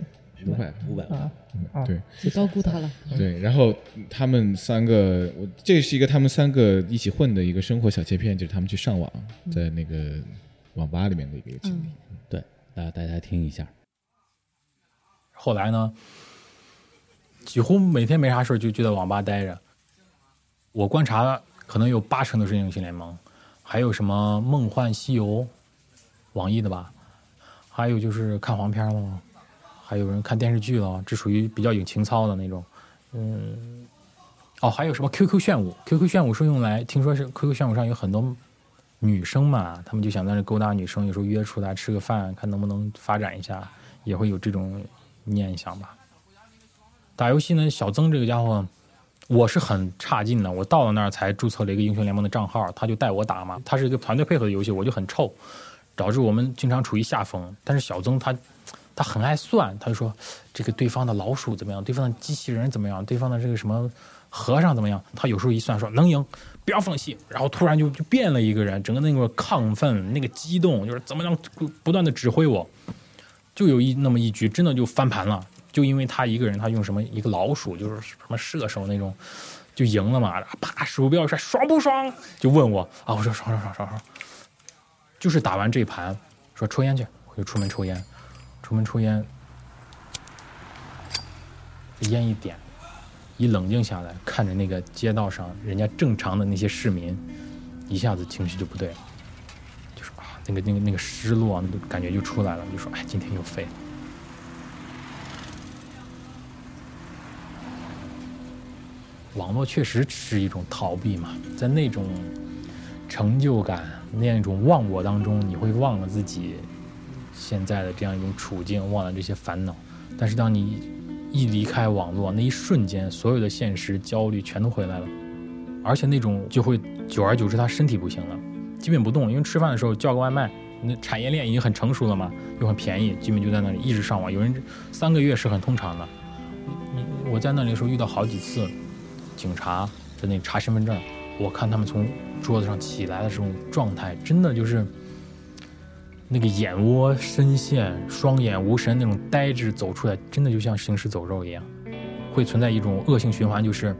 E: 五百
J: 五百万
B: 啊，啊，
E: 对。
D: 你高估他了，
E: 对，然后他们三个，我这是一个他们三个一起混的一个生活小切片，就是他们去上网，在那个网吧里面的一个经历。
J: 对，啊，大家听一下，
A: 后来呢，几乎每天没啥事儿就就在网吧待着。我观察，可能有八成都是英雄联盟，还有什么《梦幻西游》，网易的吧，还有就是看黄片了，还有人看电视剧了，这属于比较有情操的那种。嗯，哦，还有什么 QQ 炫舞？QQ 炫舞是用来，听说是 QQ 炫舞上有很多女生嘛，她们就想在那勾搭女生，有时候约出来吃个饭，看能不能发展一下，也会有这种念想吧。打游戏呢，小曾这个家伙，我是很差劲的。我到了那儿才注册了一个英雄联盟的账号，他就带我打嘛。他是一个团队配合的游戏，我就很臭，导致我们经常处于下风。但是小曾他他很爱算，他就说这个对方的老鼠怎么样，对方的机器人怎么样，对方的这个什么和尚怎么样。他有时候一算说能赢，不要放弃。然后突然就就变了一个人，整个那个亢奋、那个激动，就是怎么样不断的指挥我。就有一那么一局真的就翻盘了，就因为他一个人，他用什么一个老鼠，就是什么射手那种，就赢了嘛。啪，鼠标一摔，爽不爽？就问我啊，我说爽爽爽爽爽。就是打完这盘，说抽烟去，我就出门抽烟，出门抽烟，烟一点，一冷静下来，看着那个街道上人家正常的那些市民，一下子情绪就不对了。就是啊，那个那个那个失落啊，那个感觉就出来了，就说哎，今天又废了。网络确实是一种逃避嘛，在那种成就感、那种忘我当中，你会忘了自己现在的这样一种处境，忘了这些烦恼。但是当你一离开网络，那一瞬间，所有的现实焦虑全都回来了，而且那种就会久而久之，他身体不行了。基本不动，因为吃饭的时候叫个外卖，那产业链已经很成熟了嘛，又很便宜，基本就在那里一直上网。有人三个月是很通常的。你你我在那里的时候遇到好几次警察在那里查身份证，我看他们从桌子上起来的这种状态，真的就是那个眼窝深陷、双眼无神那种呆滞走出来，真的就像行尸走肉一样，会存在一种恶性循环，就是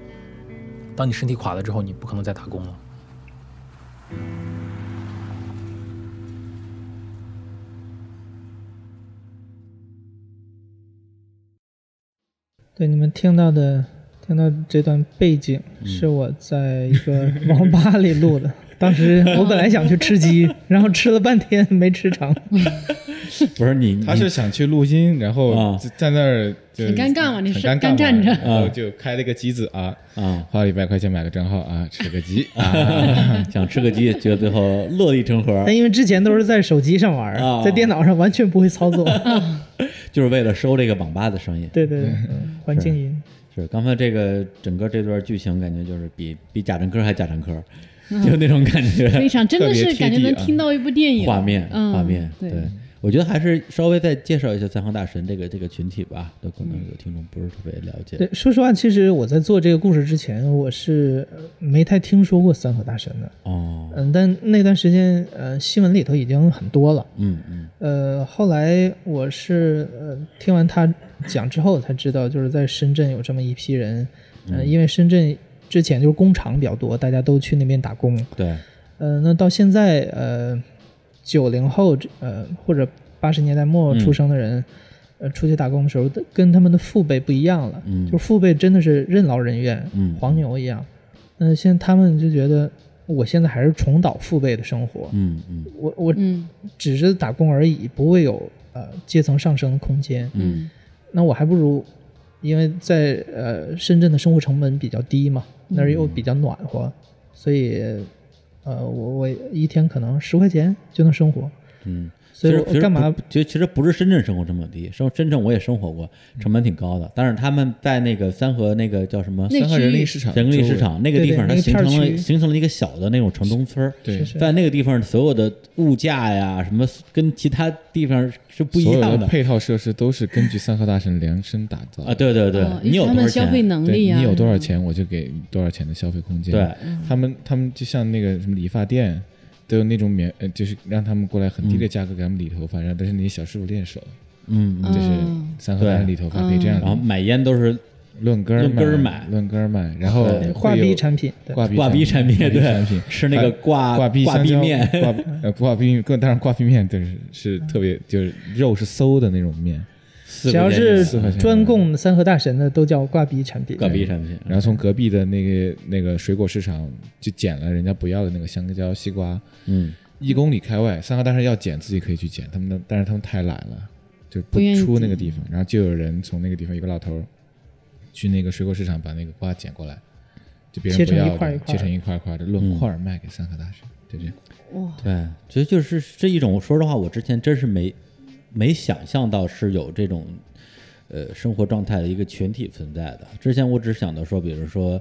A: 当你身体垮了之后，你不可能再打工了。
B: 对，你们听到的，听到这段背景是我在一个网吧里录的。当时我本来想去吃鸡，然后吃了半天没吃成。
J: 不是你，
E: 他是想去录音，然后
J: 啊
E: 就在那儿就
D: 挺尴尬嘛你
E: 嗯很
D: 是
E: 尴
D: 干
E: 嘛
D: 站着
E: 然后 [LAUGHS] 就开了个机子啊，
J: 你啊， [LAUGHS]
E: 花了一百块钱买个账号啊，吃个鸡 [LAUGHS] 啊，
J: 想吃个鸡，结果最后乐一成盒
B: 但，因为之前都是在手机上玩
J: 啊，
B: 在电脑上完全不会操作。
J: 就是为了收这个网吧的声音。
B: 对对对，嗯环境音。
J: 是，刚才这个整个这段剧情感觉就是比比贾樟柯还贾樟柯，就那种感觉。
D: 非常真的是感觉能听到一部电影
J: 画面，
D: 嗯、
J: 画面，
D: 对，
J: 我觉得还是稍微再介绍一下三行大神这个这个群体吧，都可能有听众不是特别了解。
B: 对，说实话，其实我在做这个故事之前，我是呃没太听说过三河大神的。
J: 哦，
B: 嗯，但那段时间，呃，新闻里头已经很多了。
J: 嗯嗯
B: 呃，后来我是呃听完他讲之后才知道，就是在深圳有这么一批人，嗯，因为深圳之前就是工厂比较多，大家都去那边打工。
A: 对，
B: 呃，那到现在，呃，九零后这呃或者八十年代末
A: 嗯
B: 出生的人，呃，出去打工的时候，跟他们的父辈不一样了。
A: 嗯
B: 就是父辈真的是任劳任怨，
A: 嗯
B: 黄牛一样。嗯、现在他们就觉得，我现在还是重蹈父辈的生活，
A: 嗯嗯
B: 我我
D: 嗯
B: 只是打工而已，不会有呃阶层上升的空间。
A: 嗯
B: 那我还不如，因为在呃深圳的生活成本比较低嘛，那儿
A: 嗯
B: 又比较暖和，所以呃我我一天可能十块钱就能生活，
A: 嗯。
B: 所以
A: 其实
B: 我干嘛？？
A: 其实不其实不是深圳生活成本低，生深圳我也生活过，成本挺高的。但是他们在那个三河那个叫什么
D: 那
E: 三
D: 个
E: 河
D: 区
E: 人力
D: 域
E: 市场，
A: 人力市，场那个
B: 对
A: 地
B: 对
A: 方，它
B: 那个
A: 形
B: 片儿
A: 成了
B: 区
A: 形成了一个小的那种城中村儿。
E: 对，
B: 是
A: 在那个地方，所有的物价呀，什么跟其他地方是不一
E: 所有
A: 样
E: 的配套设施都是根据三河大神量身打造
A: 啊！，对对对，
D: 哦
A: 你有
D: 他
A: 多少
D: 们消费
A: 钱？
D: 能
E: 对
D: 力啊，
E: 你有多少钱，我就给你多少钱的消费空间。
A: 对，，
B: 嗯
E: 他们他们就像那个什么理发店，都有那种免，呃，就是让他们过来很低的价格给他们理头发，然后但是那些小师傅练手，
A: 嗯，嗯
D: 嗯，
E: 就是三河大神理头发可以这样理，
A: 然后买烟都是
E: 论根儿
A: 论根儿买
E: 论根儿买，然后
A: 对
B: 挂
E: 会有
B: 逼产品，对
E: 挂壁
A: 挂壁产品，
E: 挂壁产
A: 对
E: 品，
A: 吃那个挂
E: 挂壁
A: 挂
E: 香
A: 壁
E: 蕉
A: 面，嗯
E: 挂壁呃挂壁面，更当然挂壁面就是是特别就是肉是馊的那种面，
A: 四
B: 只要
A: 块钱一
B: 是
A: 个
E: 块钱
B: 专供三河大神的都叫挂逼产品。
A: 挂壁产品，
E: 然后从隔壁的那个那个水果市场就捡了人家不要的那个香蕉、西瓜，
A: 嗯，
E: 一公里开外，三河大神要捡自己可以去捡，他们的但是他们太懒了，就
D: 不愿意
E: 出那
D: 捡
E: 个地方，然后就有人从那个地方一个老头儿去那个水果市场把那个瓜捡过来，就别人
B: 切
E: 不
B: 成
E: 要
B: 一块儿
E: 的
B: 一块
E: 切
B: 儿
E: 成一块儿一块儿的
A: 嗯
E: 论块儿卖给三河大神，就这样。
D: 哇，
A: 对，其实就是是一种，说实话，我之前真是没没想象到是有这种呃生活状态的一个群体存在的。之前我只想到说，比如说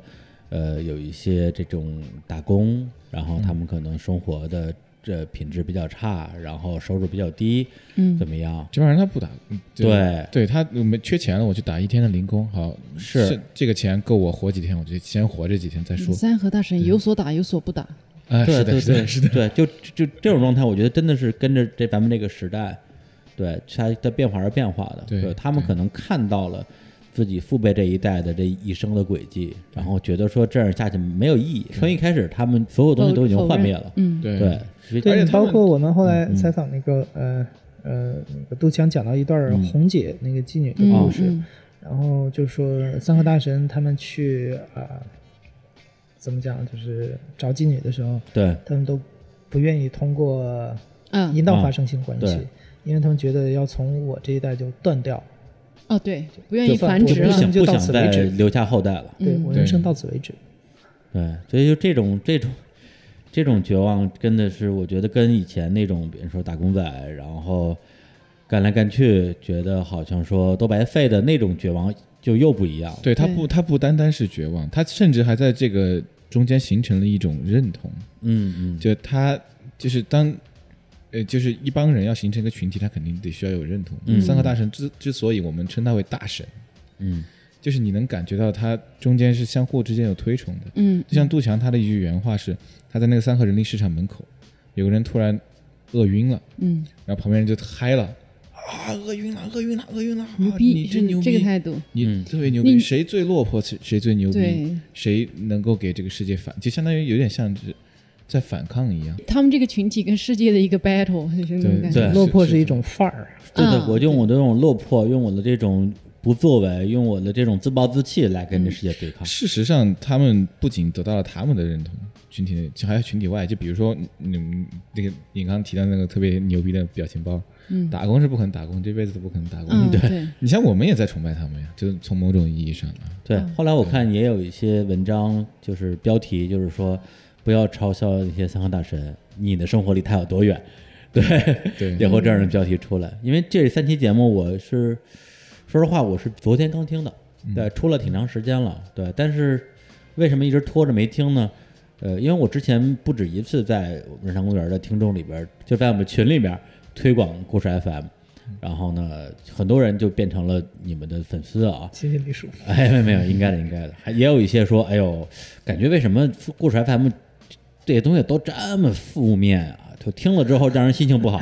A: 呃有一些这种打工，然后他们可能生活的这品质比较差，然后收入比较低，
D: 嗯
A: 怎么样？
E: 这帮人他不打，嗯就
A: 对
E: 对他我们缺钱了，我去打一天的零工，好
A: 是
E: 这个钱够我活几天，我就先活这几天再说。
D: 嗯三河大神有所打有所不打，
E: 哎，
A: 对
E: 是
A: 对
E: 的，是
A: 对
E: 的， [LAUGHS] 是的，
A: 对，就就就这种状态，我觉得真的是跟着这咱们这个时代，对它的变化而变化的。
E: 对
A: 他们
E: 对
A: 可能看到了自己父辈这一代的这一生的轨迹，然后觉得说这样下去没有意义。从一开始，他们所有东西都已经
D: 否
A: 幻灭
D: 否认
A: 了。
D: 嗯，
E: 对
A: 对，
E: 而
B: 对，
E: 且
B: 你
E: 他
B: 包
E: 们
B: 括我们后
A: 嗯
B: 来采访那个、呃呃那个杜强讲到一段儿
A: 嗯
B: 红姐那个妓女的
D: 嗯
A: 哦
B: 故事，
D: 嗯
B: 然后就说三河大神他们去啊、呃怎么讲，就是找妓女的时候，
A: 对
B: 他们都不愿意通过
D: 嗯
B: 引导
A: 啊
B: 发生性关系，
A: 对
B: 因为他们觉得要从我这一代就断掉，
D: 哦，对，不愿意
A: 就
D: 繁
A: 就
D: 殖
A: 不
D: 了
B: 行，
A: 想
B: 啊就
A: 不
B: 到
A: 想
B: 此
A: 再
B: 为止
A: 留下后代了。
B: 对
D: 嗯
B: 我人生
E: 对
B: 到此为止。
A: 对，所以就这种这种这种绝望，真的是我觉得跟以前那种，比如说打工仔，然后干来干去，觉得好像说都白费的那种绝望，就又不一样了。
E: 对他
D: 对
E: 不，他不单单是绝望，他甚至还在这个中间形成了一种认同，
A: 嗯嗯，
E: 就他就是当。呃，就是一帮人要形成一个群体，他肯定得需要有认同。
A: 嗯
E: 三个大神之之所以我们称他为大神，
A: 嗯
E: 就是你能感觉到他中间是相互之间有推崇的。
D: 嗯，
E: 就像杜强他的一句原话是，他在那个三河人力市场门口，有个人突然饿晕了，
D: 嗯，
E: 然后旁边人就嗨了，啊，饿晕了，饿晕了，饿晕了，啊
D: 牛逼
E: 你，真牛
D: 这个
E: 逼，
D: 态度，
E: 你
A: 嗯
E: 特别牛
D: 你
E: 逼，谁最落魄谁谁最牛逼，
D: 对
E: 谁能够给这个世界反，就相当于有点像是在反抗一样。
D: 他们这个群体跟世界的一个 battle，就是那种
E: 对
D: 感
A: 对
D: 觉，
B: 嗯落魄
E: 是
B: 是一
E: 是
B: 种范儿，
A: 对对
D: 啊，
A: 我用我的这种落魄，用我的这种不作为，用我的这种自暴自弃来跟
B: 嗯
A: 这世界对抗。
E: 事实上，他们不仅得到了他们的认同，群体内就还有群体外，就比如说你们那个你刚刚提到那个特别牛逼的表情包，
D: 嗯
E: 打工是不可能打工，这辈子都不可能打工。
D: 嗯，对，
E: 你像我们也在崇拜他们呀，就是从某种意义上啊，
A: 对，
B: 嗯
A: 后来我看也有一些文章，就是标题就是说，不要嘲笑那些三河大神，你的生活离他有多远。对，
E: 对
A: 也会有这样的标题出来。因为这三期节目，我是说实话，我是昨天刚听的，对，出了挺长时间了，对。但是为什么一直拖着没听呢？呃，因为我之前不止一次在我们日常公园的听众里边，就在我们群里边推广故事 FM，然后呢，很多人就变成了你们的粉丝啊，
B: 谢谢李叔。
A: 哎，没有没有，应该的，应该的。还也有一些说，哎呦，感觉为什么故事 FM 这些东西都这么负面啊？就听了之后让人心情不好，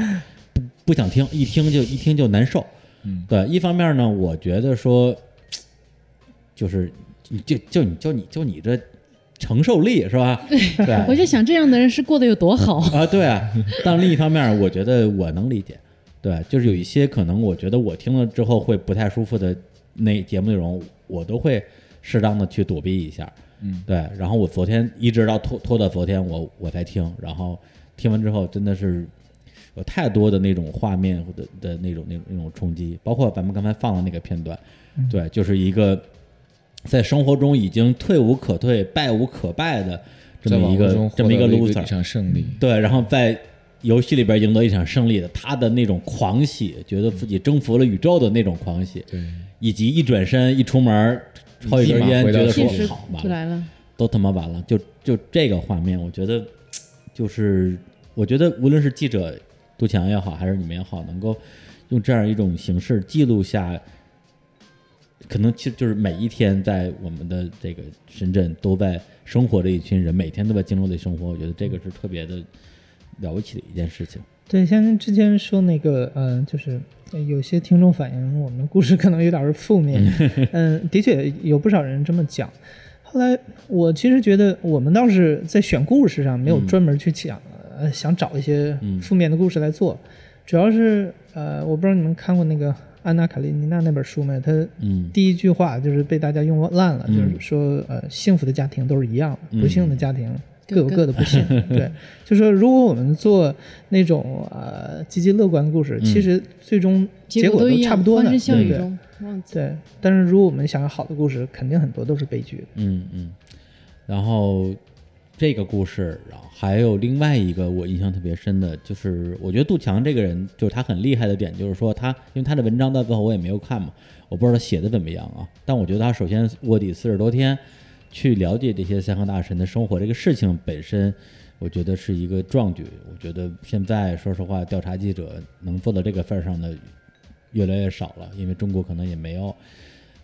A: 不不想听，一听就一听就难受。嗯，对，一方面呢，我觉得说，就是你就就你就你就你这承受力是吧？对
D: 我就想这样的人是过得有多好。
A: 啊，对啊。但另一方面，我觉得我能理解，对，就是有一些可能我觉得我听了之后会不太舒服的那节目内容，我都会适当的去躲避一下。
E: 嗯，
A: 对，然后我昨天一直到拖拖到昨天我我才听，然后听完之后真的是有太多的那种画面的的那种那种那种冲击，包括咱们刚才放的那个片段，
E: 嗯
A: 对，就是一个在生活中已经退无可退、败无可败的这
E: 在
A: 么
E: 网
A: 一
E: 络
A: 个
E: 中
A: 这么一个
E: 获得了一个
A: loser，
E: 一场胜利，
A: 对，然后在游戏里边赢得一场胜利的，他的那种狂喜，觉得自己征服了宇宙的那种狂喜，
E: 对，
B: 嗯
A: 以及一转身一出门抽一根
E: 立马
A: 烟，
E: 回
A: 觉
E: 到
A: 得
E: 现
A: 说
D: 现实
A: 好吧
D: 就，来了，
A: 都他妈完了，就就这个画面，我觉得就是我觉得无论是记者杜强也好，还是你们也好，能够用这样一种形式记录下，可能其实就是每一天在我们的这个深圳都在生活的一群人，每天都在经历的生活，我觉得这个是特别的了不起的一件事情。
B: 对，像之前说那个，嗯、就是呃有些听众反映我们的故事可能有点儿负
A: [LAUGHS]
B: 面，嗯、的确有不少人这么讲。后来我其实觉得我们倒是在选故事上没有
A: 嗯
B: 专门去讲，呃，想找一些
A: 嗯
B: 负面的故事来做，主要是呃，我不知道你们看过那个《安娜·卡列尼娜》那本书没？它
A: 嗯
B: 第一句话就是被大家用烂了，
A: 嗯
B: 就是说呃，幸福的家庭都是一样的，
A: 嗯
B: 不幸的家庭各
D: 各
B: 有各的不幸。
A: [LAUGHS]
B: 对，就说如果我们做那种呃积极乐观的故事，
A: 嗯
B: 其实最终结
D: 果
B: 果
D: 都
B: 都
D: 一样
B: 差不多的，
D: 欢声笑语
B: 对
D: 中忘记。
B: 对，但是如果我们想要好的故事，肯定很多都是悲剧的。
A: 嗯嗯，然后这个故事，然后还有另外一个我印象特别深的，就是我觉得杜强这个人，就是他很厉害的点，就是说他，因为他的文章到最后我也没有看嘛，我不知道他写的怎么样啊，但我觉得他首先卧底四十多天，去了解这些三河大神的生活，这个事情本身。我觉得是一个壮举。我觉得现在说实话，调查记者能做到这个份儿上的越来越少了，因为中国可能也没有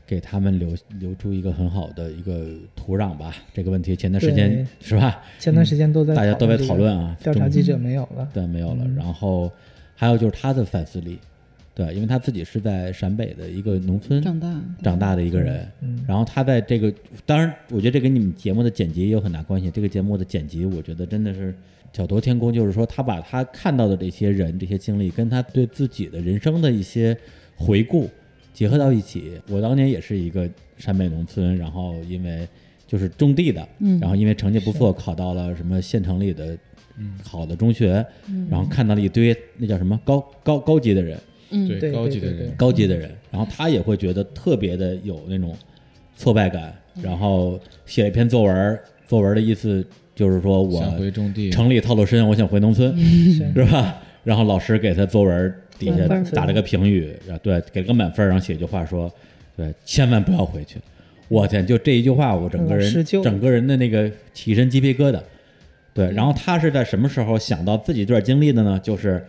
A: 给他们留留出一个很好的一个土壤吧。这个问题前段时间
B: 对
A: 是吧？嗯
B: 前段时间都在、
A: 大家都在讨论，啊，
B: 调查
A: 中
B: 记者没有了。嗯
A: 对，没有了。然后还有就是他的反思力，对，因为他自己是在陕北的一个农村
D: 长大，
A: 长大的一个人，
B: 嗯
A: 然后他在这个，当然，我觉得这跟你们节目的剪辑也有很大关系。这个节目的剪辑，我觉得真的是巧夺天工，就是说他把他看到的这些人、这些经历，跟他对自己的人生的一些回顾结合到一起。我当年也是一个陕北农村，然后因为就是种地的，
D: 嗯
A: 然后因为成绩不错，考到了什么县城里的
B: 嗯
A: 好的中学，然后看到了一堆那叫什么高高高级的人，
D: 嗯，
E: 对
B: 对
E: 高级的
B: 对对
E: 人，
A: 高级的人，然后他也会觉得特别的有那种挫败感，然后写了一篇作文，作文的意思就是说我
E: 想回种地，
A: 城里套路深，我想回农村，
B: 嗯是
A: 是吧？然后老师给他作文底下
D: 满分
A: 打了个评语，然后对，给了个满分，然后写一句话说，对，千万不要回去。我天，就这一句话，我整个
B: 老师
A: 人
B: 就嗯
A: 整个人的那个起身鸡皮疙瘩。对，然后他是在什么时候想到自己这段经历的呢？就是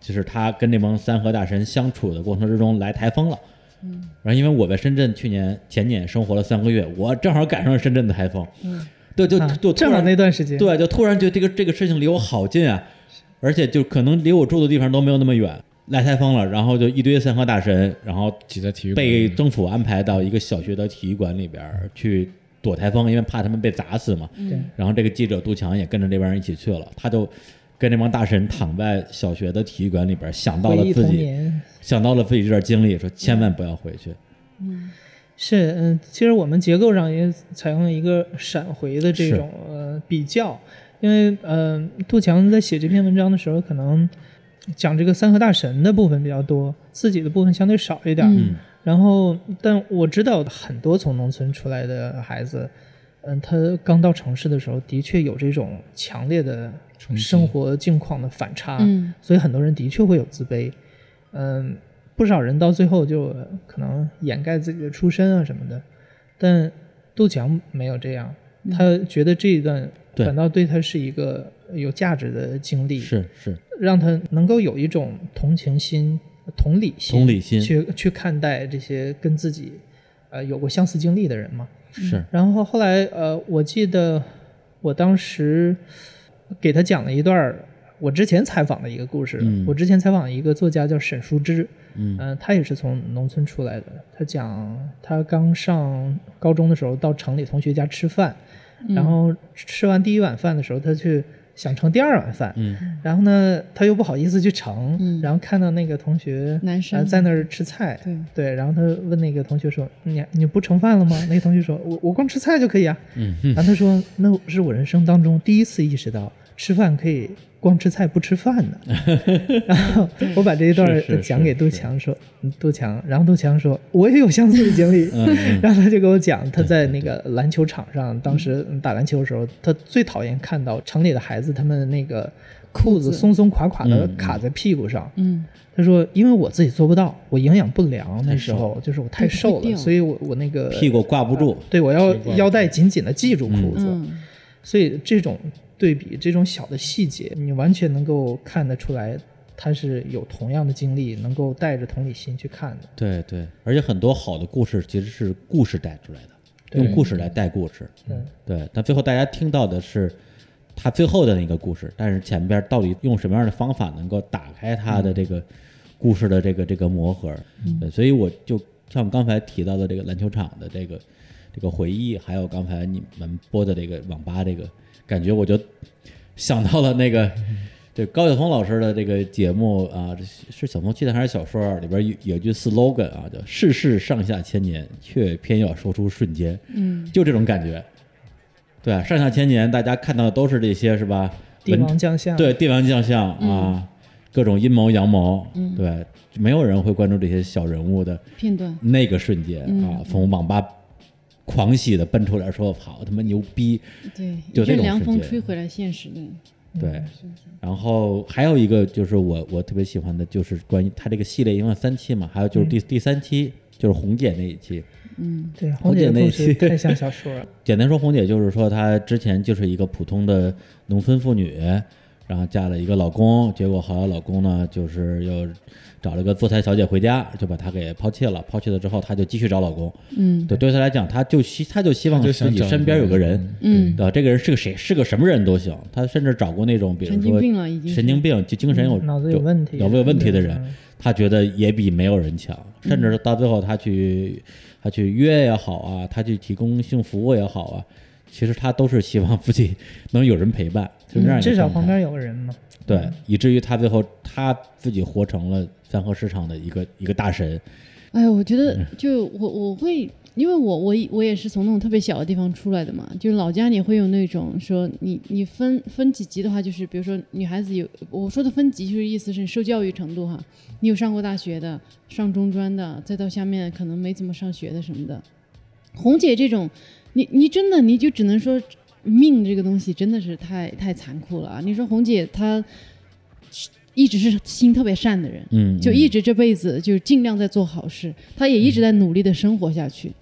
A: 就是他跟那帮三河大神相处的过程之中来台风了。嗯，然后因为我在深圳去年前年生活了三个月，我正好赶上了深圳的台风。嗯，对，就
B: 啊
A: 就突
B: 正好
A: 然
B: 那段时间，
A: 对，就突然觉得这个这个事情离我好近啊，而且就可能离我住的地方都没有那么远。来台风了，然后就一堆三河大神，然后
E: 挤在体育馆
A: 被
E: 里
A: 政府安排到一个小学的体育馆里边儿去躲台风，因为怕他们被砸死嘛。
B: 对
A: 然后这个记者杜强也跟着这帮人一起去了，他就跟这帮大神躺在小学的体育馆里边儿，想到
B: 回
A: 了
B: 忆
A: 自
B: 童
A: 己，
B: 年。
A: 想到了自己这段经历，说千万不要回去。
B: 是，嗯，其实我们结构上也采用了一个闪回的这
A: 是
B: 种呃比较，因为呃，杜强在写这篇文章的时候，可能讲这个三河大神的部分比较多，自己的部分相对少一点儿。
D: 嗯
B: 然后，但我知道很多从农村出来的孩子，嗯，他刚到城市的时候，的确有这种强烈的
E: 冲击
B: 生活境况的反差。
D: 嗯
B: 所以很多人的确会有自卑，嗯，不少人到最后就呃可能掩盖自己的出身啊什么的，但杜强没有这样，他觉得这一段
A: 嗯对
B: 反倒对他是一个呃有价值的经历，
A: 是是，
B: 让他能够有一种同情心、同理心、
A: 同理心
B: 去去看待这些跟自己呃有过相似经历的人嘛。
A: 是，
B: 然后后来呃，我记得我当时给他讲了一段儿我之前采访的一个故事。
A: 嗯
B: 我之前采访一个作家叫沈淑之，
A: 嗯
B: 嗯、他也是从农村出来的。他讲他刚上高中的时候到城里同学家吃饭，然后吃完第一碗饭的时候，他去想盛第二碗饭，
A: 嗯
B: 然后呢他又不好意思去盛，
D: 嗯
B: 然后看到那个同学
D: 男
B: 呃
D: 生
B: 在那儿吃菜，
D: 对
B: 对，然后他问那个同学说：“你你不盛饭了吗？”那个同学说：“我我光吃菜就可以啊。”
A: 嗯嗯
B: 然后他说：“那是我人生当中第一次意识到吃饭可以光吃菜不吃饭的。”
A: [LAUGHS]
B: 然后我把这一段
A: 是是是
B: 讲给杜强说，嗯杜强，然后杜强说：“我也有相似的经历。
A: 嗯嗯
B: 然后他就跟我讲，他在那个篮球场上，当时嗯打篮球的时候，他最讨厌看到城里的孩子他们那个裤子松松垮垮的
A: 嗯嗯
B: 卡在屁股上。
D: 嗯，
B: 他说，因为我自己做不到，我营养不良，那时候就是我太瘦
D: 对
B: 了，
D: 会掉
B: 所以我我那个
A: 屁股挂不住，
B: 对我要腰带紧紧的系住裤子，
D: 嗯
B: 所以这种对比，这种小的细节，你完全能够看得出来，他是有同样的经历，能够带着同理心去看的。
A: 对对，而且很多好的故事其实是故事带出来的，
B: 对
A: 用故事来带故事。
B: 对
A: 对，但最后大家听到的是他最后的那个故事，但是前边到底用什么样的方法能够打开他
B: 嗯
A: 的这个故事的这个这个魔盒？对，所以我就像我刚才提到的这个篮球场的这个这个回忆，还有刚才你们播的这个网吧这个感觉，我就想到了那个。对高晓松老师的这个节目啊，这是是小松记的还是小说啊里边有有一句 slogan 啊，叫“世事上下千年，却偏要说出瞬间”，
D: 嗯，
A: 就这种感觉。对啊，上下千年大家看到的都是这些是吧？
B: 帝
A: 文
B: 王将相，嗯
A: 对帝王将相啊，各种阴谋阳谋，对，没有人会关注这些小人物的
D: 片段，
A: 那个瞬间
B: 嗯
A: 啊，从网吧狂喜的奔出来说：“好他妈牛逼
D: 对，
A: 就这
D: 一阵
A: 种
D: 凉
A: 瞬
D: 风
A: 间
D: 吹回来，现实的，！”
E: 嗯
A: 对，然后还有一个就是我我特别喜欢的就是关于他这个系列，因为有三期嘛，还有就是
E: 嗯
A: 第、第三期就是红姐那一期，
D: 嗯
B: 对，红姐的
A: 那
B: 故
A: 期
B: 事太像
A: [LAUGHS]
B: 小说了。
A: 简单说，红姐就是说她之前就是一个普通的农村妇女，然后嫁了一个老公，结果后来老公呢就是又找了个做菜小姐回家，就把她给抛弃了。抛弃了之后，她就继续找老公。
D: 嗯
A: 对，对她来讲，她就希她就希望
E: 就
A: 自
E: 想
A: 己
E: 找
A: 身
E: 一
A: 边有
E: 个
A: 个
E: 人
A: 人，
D: 嗯，
A: 对吧？呃这个人是个谁，是个什么人都行。她甚至找过那种，比如
D: 神经
A: 说
D: 病了已经是
A: 神经病就精神有
B: 嗯脑子有问题，
A: 有没有问题的人
B: 嗯，
A: 他觉得也比没有人强，
D: 嗯
A: 甚至到最后他去他去约也好啊，他去提供性服务也好啊，其实他都是希望自己 [LAUGHS] 能有人陪伴，就是这样一个
B: 嗯至少嗯
A: 状态
B: 旁边有个人嘛。
A: 对，以至于他最后他自己活成了三河市场的一个一个大神，
D: 哎呀，我觉得就我我会，因为我我我也是从那种特别小的地方出来的嘛，就是老家里会有那种说你你分分几级的话，就是比如说女孩子有我说的分级，就是意思是受教育程度哈，你有上过大学的，上中专的，再到下面可能没怎么上学的什么的。红姐这种，你你真的你就只能说命这个东西真的是太太残酷了啊！你说红姐她是一直是心特别善的人，
A: 嗯，
D: 就一直这辈子就是尽量在做好事，他也一直在努力的生活下去，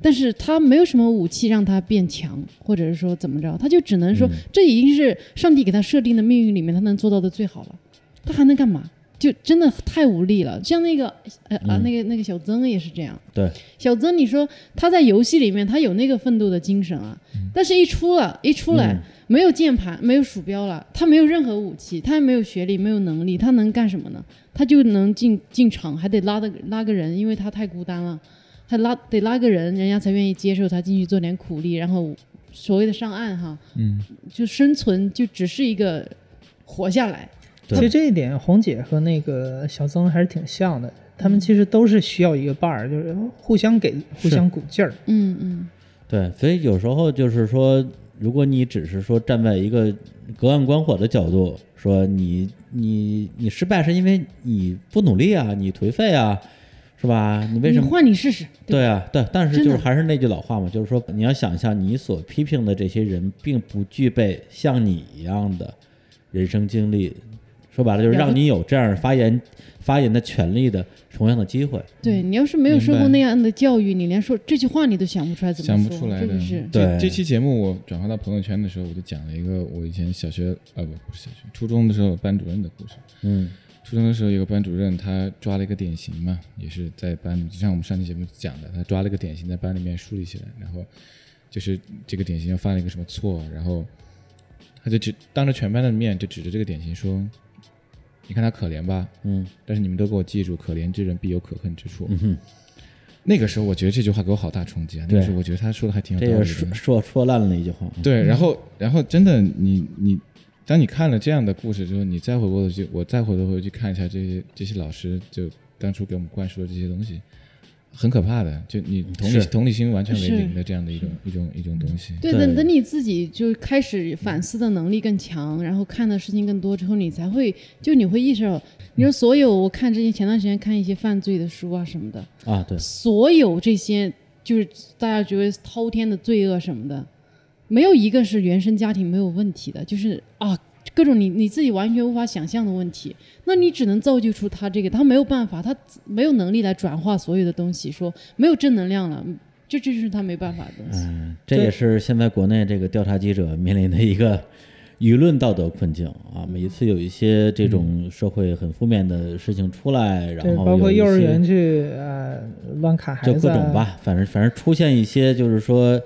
D: 但是他没有什么武器让他变强，或者是说怎么着，他就只能说、
A: 嗯
D: 这已经是上帝给他设定的命运里面他能做到的最好了，他还能干嘛？就真的太无力了。像那个呃啊、
A: 嗯
D: 那个那个小曾也是这样，
A: 对，
D: 小曾你说他在游戏里面他有那个奋斗的精神啊，但是一出了一出来。
A: 嗯
D: 没有键盘，没有鼠标了，他没有任何武器，他也没有学历，没有能力，他能干什么呢？他就能进进场，还得拉的拉个人，因为他太孤单了，他拉得拉个人，人家才愿意接受他进去做点苦力，然后所谓的上岸哈，
E: 嗯，
D: 就生存就只是一个活下来，
A: 对
B: 其实这一点，红姐和那个小曾还是挺像的。他们其实都是需要一个伴儿，就是互相给、互相鼓劲儿。
D: 嗯嗯
A: 对，所以有时候就是说，如果你只是说站在一个隔岸观火的角度，说你你你失败是因为你不努力啊，你颓废啊，是吧？你为什
D: 你
A: 么？
D: 换你试试，对
A: 对啊，对，但是就
D: 真
A: 是
D: 的
A: 还是那句老话嘛，就是说你要想象你所批评的这些人，并不具备像你一样的人生经历，说白了就是
D: 了
A: 让
D: 不
A: 你有这样发言发言的权利的同样的机会。
D: 对你要是没有受过
E: 嗯明白
D: 那样的教育，你连说这句话你都想不出来怎么
E: 想
D: 说，
E: 不出来
D: 这
E: 的
D: 个是。
A: 对
E: 这这期节目我转发到朋友圈的时候，我就讲了一个我以前小学啊不不是小学，初中的时候班主任的故事。
A: 嗯
E: 初中的时候有个班主任，他抓了一个典型嘛，也是在班里，就像我们上期节目讲的，他抓了一个典型在啊班里面梳理起来，然后就是这个典型又犯了一个什么错，然后他就指当着全班的面就指着这个点心说：“你看他可怜吧，
A: 嗯
E: 但是你们都给我记住，可怜之人必有可恨之处。
A: 嗯哼，
E: 那个时候我觉得这句话给我好大冲击啊！那
A: 对
E: 个时候我觉得他说的还挺有
A: 这
E: 道
A: 也
E: 理的。
A: 是说说说烂了一句话，
E: 对，然后然后真的你你，当你看了这样的故事之后，你再回过头去，我再回头回去看一下这些这些老师就当初给我们灌输的这些东西，很可怕的，就你同理
A: 是
E: 同理心完全为
D: 是
E: 零的这样的一种一种一种东西。
D: 对，
A: 对
D: 等等你自己就开始反思的能力更强，然后看的事情更多之后，你才会就你会意识到，你说所有我看之前前段时间看一些犯罪的书啊什么的，
A: 啊，对，
D: 所有这些就是大家觉得滔天的罪恶什么的，没有一个是原生家庭没有问题的，就是啊。各种你你自己完全无法想象的问题，那你只能造就出他这个，他没有办法，他没有能力来转化所有的东西，说没有正能量了，这这就是他没办法的东西。
A: 嗯，这也是现在国内这个调查记者面临的一个舆论道德困境啊。每一次有一些这种社会很负面的事情出来，然
B: 对，
A: 后
B: 包
A: 有
B: 括
A: 一
B: 幼儿
A: 些
B: 园去呃乱砍孩
A: 就
B: 子，啊
A: 各种。吧，反正反正出现一些就是说，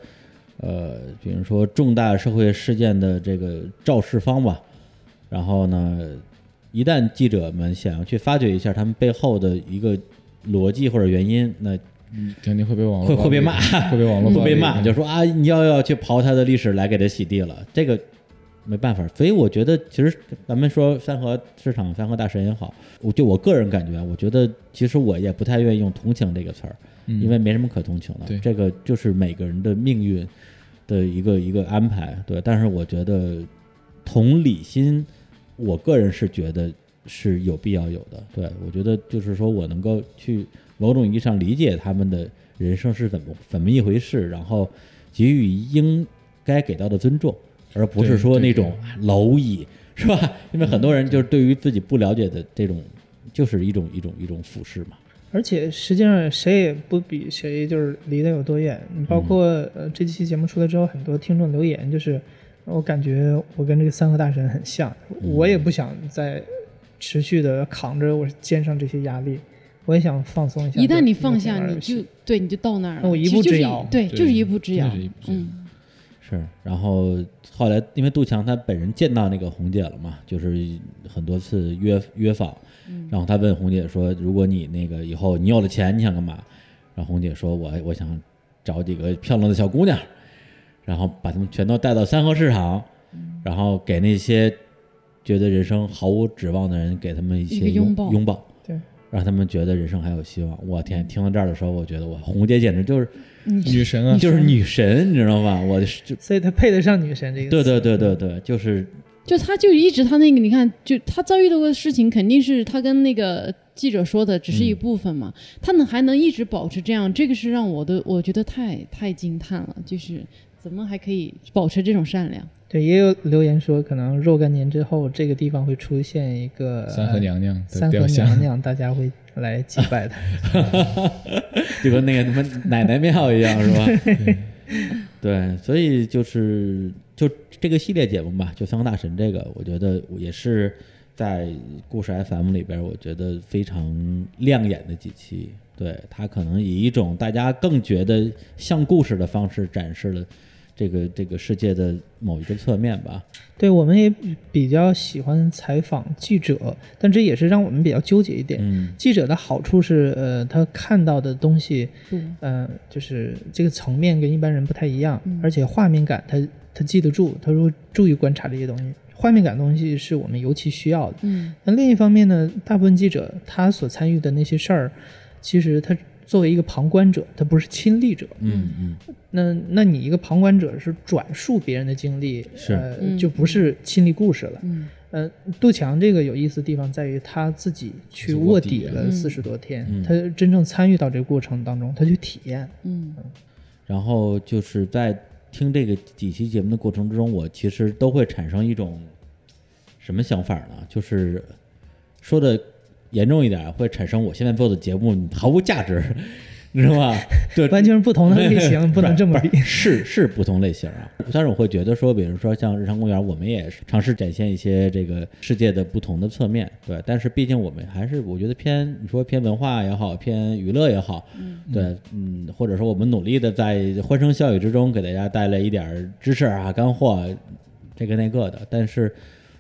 A: 呃，比如说重大社会事件的这个肇事方吧，然后呢，一旦记者们想要去发掘一下他们背后的一个逻辑或者原因，那
E: 嗯肯定会被网络
A: 会
E: 暴
A: 会被
E: 力
A: 骂，
E: 会被网络
A: 会
E: 暴
A: 被
E: 力嗯
A: 骂，就说啊，你要要去刨他的历史来给他洗地了，这个没办法。所以我觉得，其实咱们说三河市场、三河大神也好，我就我个人感觉，我觉得其实我也不太愿意用同情这个词儿，
E: 嗯
A: 因为没什么可同情的
E: 对。
A: 这个就是每个人的命运的一个一个安排，对。但是我觉得同理心，我个人是觉得是有必要有的。对我觉得就是说我能够去某种意义上理解他们的人生是怎么怎么一回事，然后给予应该给到的尊重，而不是
E: 对
A: 说
E: 对
A: 那
E: 对
A: 种蝼蚁，是吧？因为很多人就是对于自己不了解的这种，就是一种一种一种俯视嘛。
B: 而且实际上谁也不比谁就是离得有多远。你
A: 嗯
B: 包括、呃这期节目出来之后，很多听众留言就是，我感觉我跟这个三和大神很像，
A: 嗯
B: 我也不想再持续的扛着我肩上这些压力，我也想放松一下。
D: 一旦你放下，
B: 就玩
D: 你
B: 游戏
D: 就对，你就到那儿
B: 那
D: 了。
B: 我一
D: 其实
B: 步
D: 就是
B: 之遥
D: 对，
E: 嗯哦对
D: 就是一步之遥
E: 就是一步。之遥
D: 嗯，
A: 是，然后后来因为杜强他本人见到那个红姐了嘛，就是很多次约约访，然后他问红姐说：“如果你那个以后你有了钱，你想干嘛？”然后红姐说：“我我想找几个漂亮的小姑娘，然后把她们全都带到三河市场，然后给那些觉得人生毫无指望的人，给他们一
D: 一个
A: 些
D: 拥
A: 拥
D: 抱
A: 拥抱，
B: 对，
A: 让他们觉得人生还有希望。”我天，听到这儿的时候，我觉得我红姐简直就是
E: 女神啊，
A: 就是女神，你知道吗？我是
B: 所以他配得上女神这个词。嗯
A: 对对对对对，就是
D: 就他就一直他那个，你看，就他遭遇到的事情，肯定是他跟那个记者说的只是一部分嘛。
B: 嗯
D: 他能还能一直保持这样，这个是让我的我觉得太太惊叹了，就是怎么还可以保持这种善良？
B: 对，也有留言说，可能若干年之后，这个地方会出现一个
E: 三和娘娘
B: 呃
E: 的
B: 三和
E: 雕像
B: 娘，娘，大家会来祭拜她。
A: 就跟那个什么奶奶庙一样，是吧？ [LAUGHS] 对，所以就是就这个系列节目吧，就《三个大神》这个，我觉得也是在故事 FM 里边，我觉得非常亮眼的几期。对它可能以一种大家更觉得像故事的方式展示了这个这个世界的某一个侧面吧。
B: 对，我们也比比较喜欢采访记者，但这也是让我们比较纠结一点。
A: 嗯，
B: 记者的好处是，呃，他看到的东西，
D: 对，
B: 呃，就是这个层面跟一般人不太一样，
D: 嗯
B: 而且画面感他他记得住，他说注意观察这些东西，画面感的东西是我们尤其需要的。
D: 嗯，
B: 那另一方面呢，大部分记者他所参与的那些事儿，其实他作为一个旁观者，他不是亲历者。
A: 嗯嗯，
B: 那那你一个旁观者是转述别人的经历，
A: 是
B: 呃
D: 嗯
B: 就不是亲历故事了。
D: 嗯，
B: 呃，杜强这个有意思的地方在于他自己去卧底了
D: 嗯
B: 四十多天，
A: 嗯
B: 他真正参与到这个过程当中，他去体验。
D: 嗯，
A: 然后就是在听这个几期节目的过程之中，我其实都会产生一种什么想法呢？就是说的严重一点，会产生我现在做的节目毫无价值， [LAUGHS] 你知道
B: [LAUGHS]
A: 吗？对，
B: 完全是不同的
A: [LAUGHS]
B: 类型，不能这么比。
A: 呃是是不同类型啊。但是我会觉得说，比如说像日常公园，我们也是尝试展现一些这个世界的不同的侧面，对。但是毕竟我们还是我觉得偏你说偏文化也好，偏娱乐也好，对，嗯，或者说我们努力的在欢声笑语之中给大家带来一点儿知识啊、干货啊，这个那个的。但是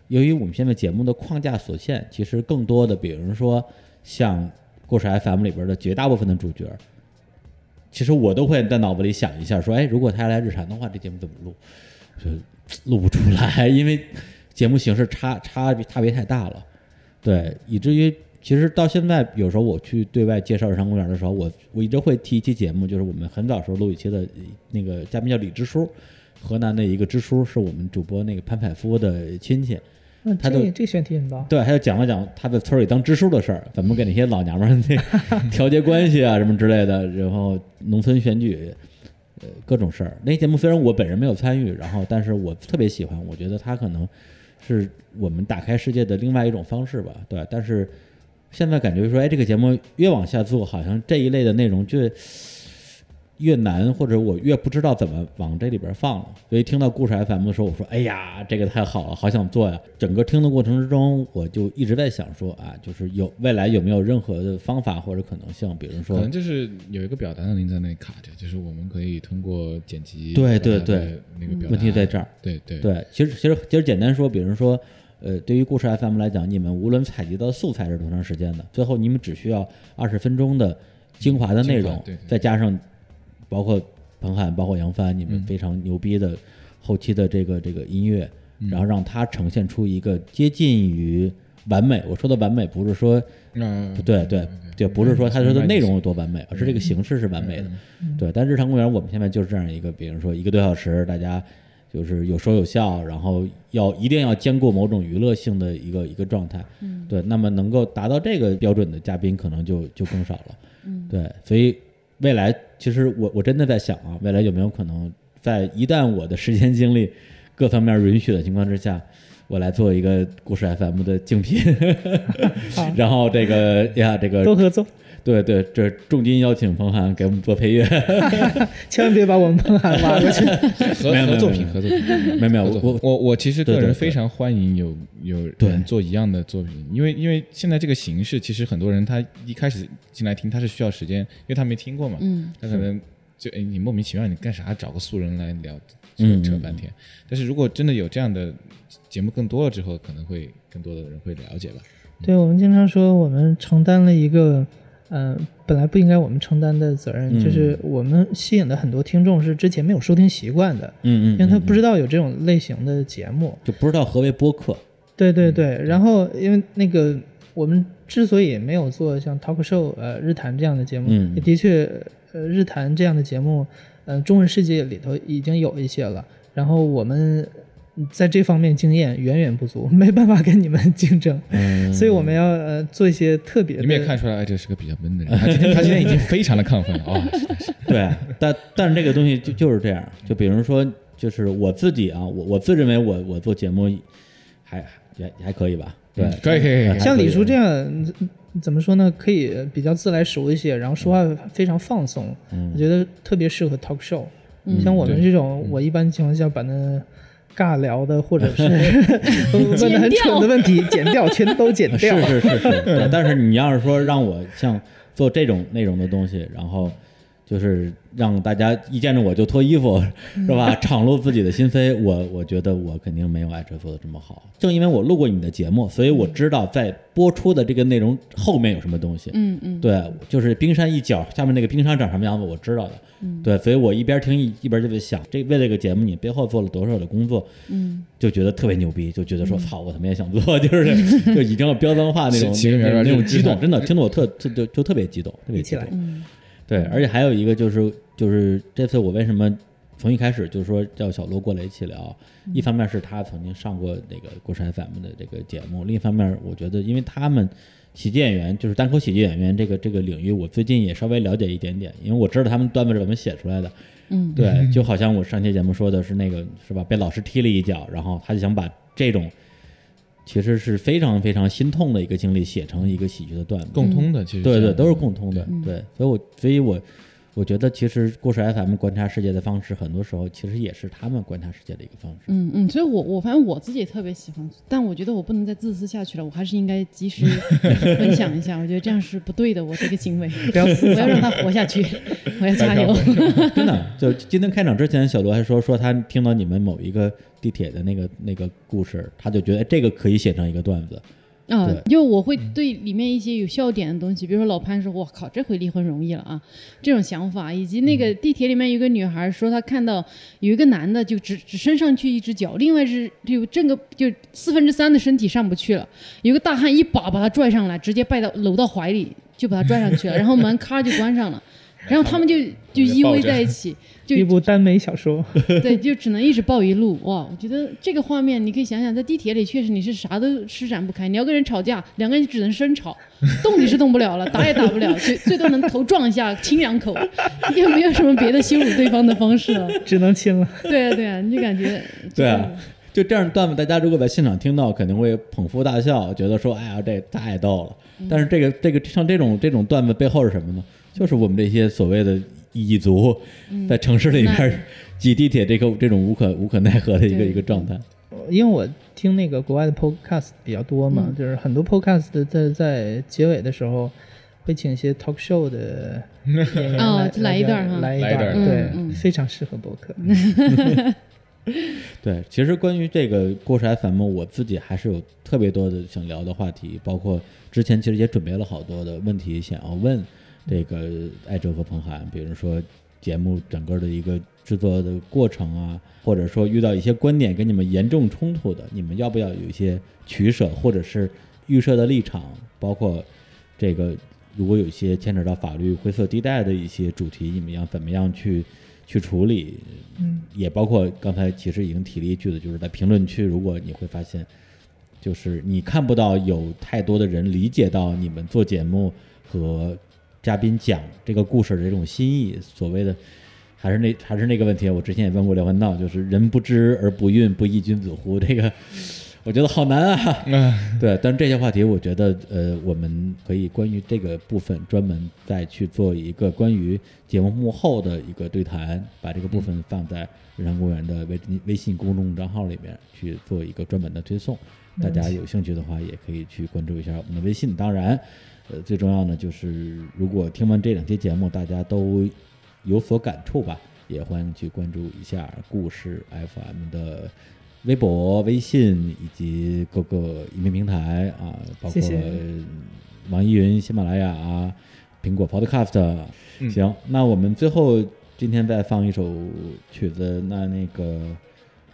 A: 由于我们现在节目的框架所限，其实更多的，比如说像故事 FM 里边的绝大部分的主角，其实我都会在脑子里想一下，说，哎，如果他来日常的话，这节目怎么录？就录不出来，因为节目形式差差别差别太大了，对，以至于其实到现在，有时候我去对外介绍日常公园的时候，我我一直会提一期节目，就是我们很早时候录一期的那个嘉宾叫李支书，河南的一个支书，是我们主播那个潘采夫的亲戚，
B: 那
A: 他都
B: 这这选题很棒。
A: 对，还有讲了讲他在村里当支书的事儿，怎么给那些老娘们儿 [LAUGHS] 那调节关系啊什么之类的，然后农村选举，呃，各种事儿。那节目虽然我本人没有参与，然后但是我特别喜欢，我觉得它可能是我们打开世界的另外一种方式吧，对。但是现在感觉说，哎，这个节目越往下做，好像这一类的内容就。越难，或者我越不知道怎么往这里边放了。所以听到故事 FM 的时候，我说：“哎呀，这个太好了，好想做呀！”整个听的过程之中，我就一直在想说啊，就是有未来有没有任何的方法或者可能性，比如
E: 可
A: 说
E: 能就是有一个表达的您在那里卡着，就是我们可以通过剪辑
A: 对对
E: 把它
A: 对
E: 的那个表达
A: 问题在这儿。
E: 对对
A: 对，其实其实其实简单说，比如说，呃，对于故事 FM 来讲，你们无论采集到素材是多长时间的，最后你们只需要二十分钟的精华的内
E: 精
A: 容
E: 华，对对
A: 再加上包括彭汉、包括杨帆你
E: 嗯
A: 们非常牛逼的后期的这个这个音乐，
E: 嗯
A: 然后让它呈现出一个接近于完美。我说的完美不是说
E: 那
A: 不对对对，不是说他说的内容有多完美，而是这个形式是完美的。嗯对，但日常公园我们现在就是这样一个，比如说一个多小时，大家就是有说有笑，然后要一定要兼顾某种娱乐性的一个一个状态。对，那么能够达到这个标准的嘉宾可能就就更少了。对，所以未来其实我我真的在想啊，未来有没有可能在一旦我的时间精力各方面允许的情况之下，我来做一个故事 FM 的竞品，然后这个呀，这
B: 多
A: 个
B: 合作，
A: 对对，这重金邀请彭涵给我们做配乐，
B: 千万别把
A: [LAUGHS]
B: 我们彭涵挖过去。
E: 合
A: 没有没有
E: 合作品
A: 没有
E: 合作品。
A: 没有没有，
E: 合作品
A: 我
E: 我我其实个
A: 对对
E: 人
A: 对
E: 非常欢迎有有
A: 对
E: 人做一样的作品，因为因为现在这个形式，其实很多人他一开始进来听他是需要时间，因为他没听过嘛，
D: 嗯，
E: 他可能就哎你莫名其妙你干啥找个素人来聊，
A: 嗯
E: 扯半天。但是如果真的有这样的节目更多了之后，可能会更多的人会了解吧。
B: 对我们经常说，我们承担了一个，嗯、本来不应该我们承担的责
A: 嗯
B: 任，就是我们吸引的很多听众是之前没有收听习惯的，
A: 嗯嗯，
B: 因为他不
A: 是
B: 知道有这种类型的节目。
A: 就不知道何为播客，
B: 对对
E: 嗯
B: 对，然后因为那个我们之所以没有做像 talk show 呃日谈这样的节目，
A: 嗯
B: 也的确呃日谈这样的节目，呃中文世界里头已经有一些了，然后我们在这方面经验远远不足，没办法跟你们竞争，
A: 嗯，
B: 所以我们要呃做一些特别的。
E: 你们也看出来，哎，这是个比较闷的人。他今天他今天已经非常的亢奋了啊、是的是的
A: 对，但但是这个东西就就是这样，就比如说，就是我自己啊，我我自认为我我做节目还也还可以吧， [LAUGHS] 对，
E: 可以可以可以。
B: 像李叔这样，嗯怎么说呢？可以比较自来熟一些，然后说话非常放松，
A: 嗯
B: 我觉得特别适合 talk show。
D: 嗯
B: 像我们
E: 对
B: 这种，我一般情况下把那尬聊的或
E: [LAUGHS]
B: 者是问的很蠢的问题剪掉，全都剪掉。
A: 是是是是，对但是你要是说让我像做这种内容的东西，然后就是让大家一见着我就脱衣服，是吧？ [LAUGHS] 敞露自己的心扉，我我觉得我肯定没有艾哲做的这么好。正因为我录过你的节目，所以我知道在播出的这个内容后面有什么东西。
D: 嗯嗯，
A: 对，就是冰山一角，下面那个冰山长什么样子，我知道的。对，所以我一边听一一边就在想，这为这个节目你背后做了多少的工作，
D: 嗯，
A: 就觉得特别牛逼，就觉得说操，我他妈也想做， [LAUGHS] 就是就一定要标脏话那种
E: 嗯其其实
A: 那
E: 原来
A: 那种
E: 就是
A: 激
E: [LAUGHS]
A: 动，真的听得我特特就就特别激动，特别
B: 一
A: 激
B: 起
A: 动
B: 来。
D: 嗯
A: 对，而且还有一个就是就是这次我为什么从一开始就是说叫小罗过来一起聊，一方面是他曾经上过那个故事 FM 的这个节目，另一方面我觉得因为他们喜剧演员就是单口喜剧演员这个这个领域，我最近也稍微了解一点点，因为我知道他们段子是怎么写出来的。
D: 嗯，
A: 对，就好像我上期节目说的是那个是吧，被老师踢了一脚，然后他就想把这种。其实是非常非常心痛的一个经历，写成一个喜剧的段子，
E: 共通的，其实
A: 对
E: 这
A: 对，
E: 样
D: 嗯
A: 都是共通的，对，所以我所以我我觉得其实故事 FM 观察世界的方式，很多时候其实也是他们观察世界的一个方式。
D: 嗯嗯，所以我我反正我自己也特别喜欢，但我觉得我不能再自私下去了，我还是应该及时分享一下，我觉得这样是不对的，我这个行为，
B: 不要
D: 我要让他活下去，我要加油。
A: 真的，就今天开场之前，小罗还说说他听到你们某一个地铁的那个那个故事，他就觉得哎这个可以写成一个段子。
D: 啊
A: 对，
D: 因为我会对里面一些有笑点的东西，比如说老潘说：“我靠，这回离婚容易了啊！”这种想法，以及那个地铁里面有个女孩说，她看到有一个男的就只只伸上去一只脚，另外是就整个就四分之三的身体上不去了，有个大汉一把把他拽上来，直接拜到搂到怀里就把他拽上去了，然后门咔就关上了，然后他们就就依偎在一起，
B: [LAUGHS]
D: 就
B: 一部耽美小说，
D: [LAUGHS] 对，就只能一直抱一路哇！我觉得这个画面，你可以想想，在地铁里确实你是啥都施展不开，你要跟人吵架，两个人只能生吵，动你是动不了了，打也打不了，最最多能头撞一下，亲两口，也没有什么别的羞辱对方的方式了。
B: 只能亲了。
D: 对啊，对啊，你就感觉
A: 对啊，
D: 嗯
A: [LAUGHS] 就这样的段子，大家如果在现场听到，肯定会捧腹大笑，觉得说哎呀这太逗了。
D: 嗯
A: 但是这个这个像这种这种段子背后是什么呢？就是我们这些所谓的蚁族在城市里边
D: 嗯那
A: 挤地铁这个这种无可无可奈何的一个
D: 对
A: 一个状态。
B: 因为我听那个国外的 podcast 比较多嘛，
D: 嗯
B: 就是很多 podcast 在在结尾的时候会请一些 talk show 的演员来、
D: 哦来一段哈
B: 来一
E: 来一段
B: 对，
D: 嗯嗯
B: 非常适合播客。
A: 对，其实关于这个故事 FM，我自己还是有特别多的想聊的话题，包括之前其实也准备了好多的问题想要问这个艾哲和彭涵，比如说节目整个的一个制作的过程啊，或者说遇到一些观点跟你们严重冲突的，你们要不要有一些取舍，或者是预设的立场，包括这个如果有一些牵扯到法律灰色地带的一些主题，你们要怎么样去去处理？
B: 嗯，
A: 也包括刚才其实已经提了一句的，就是在评论区，如果你会发现，就是你看不到有太多的人理解到你们做节目和嘉宾讲这个故事的这种心意，所谓的。还是那还是那个问题，我之前也问过廖文道，就是“人不知而不愠，不亦君子乎”这个，我觉得好难啊。对，但这些话题，我觉得呃，我们可以关于这个部分专门再去做一个关于节目幕后的一个对谈，把这个部分放在日常公园的微微信公众账号里面去做一个专门的推送。大家有兴趣的话，也可以去关注一下我们的微信。当然，呃，最重要呢，就是如果听完这两期节目，大家都有所感触吧，也欢迎去关注一下故事 FM 的微博、微信以及各个音频平台啊，包
B: 谢
A: 括
B: 谢
A: 网易云、喜马拉雅、啊苹果 Podcast。行，那我们最后今天再放一首曲子，那那个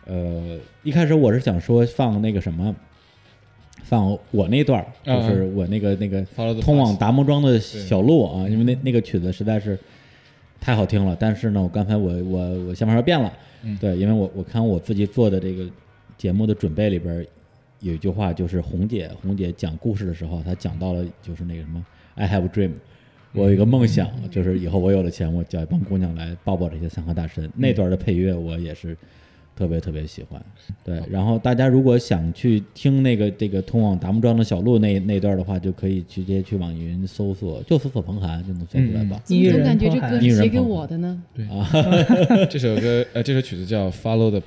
A: 呃，一开始我是想说放那个什么。放我那段儿，
E: 啊
A: 就是我那个那个
E: Follow the
A: 通往
E: bus
A: 达摩庄的小路啊，因为那那个曲子实在是太好听了。但是呢，我刚才我我我想法要变了，
E: 嗯
A: 对，因为我我看我自己做的这个节目的准备里边儿有一句话，就是红姐红姐讲故事的时候，她讲到了就是那个什么 “I have a dream”。我有一个梦想，就是以后我有了钱，我叫一帮姑娘来抱抱这些三河大神。那段的配乐我也是特别特别喜欢。对，然后大家如果想去听那个这个通往达木庄的小路那那段的话，就可以直接去网易云搜索，就搜索彭涵就能搜出来吧。
D: 怎么总感觉这歌
A: 女
D: 是
A: 人
D: 写给
A: 捧
D: 我的呢？
E: [LAUGHS] 这首歌呃，这首曲子叫《Follow the Path》。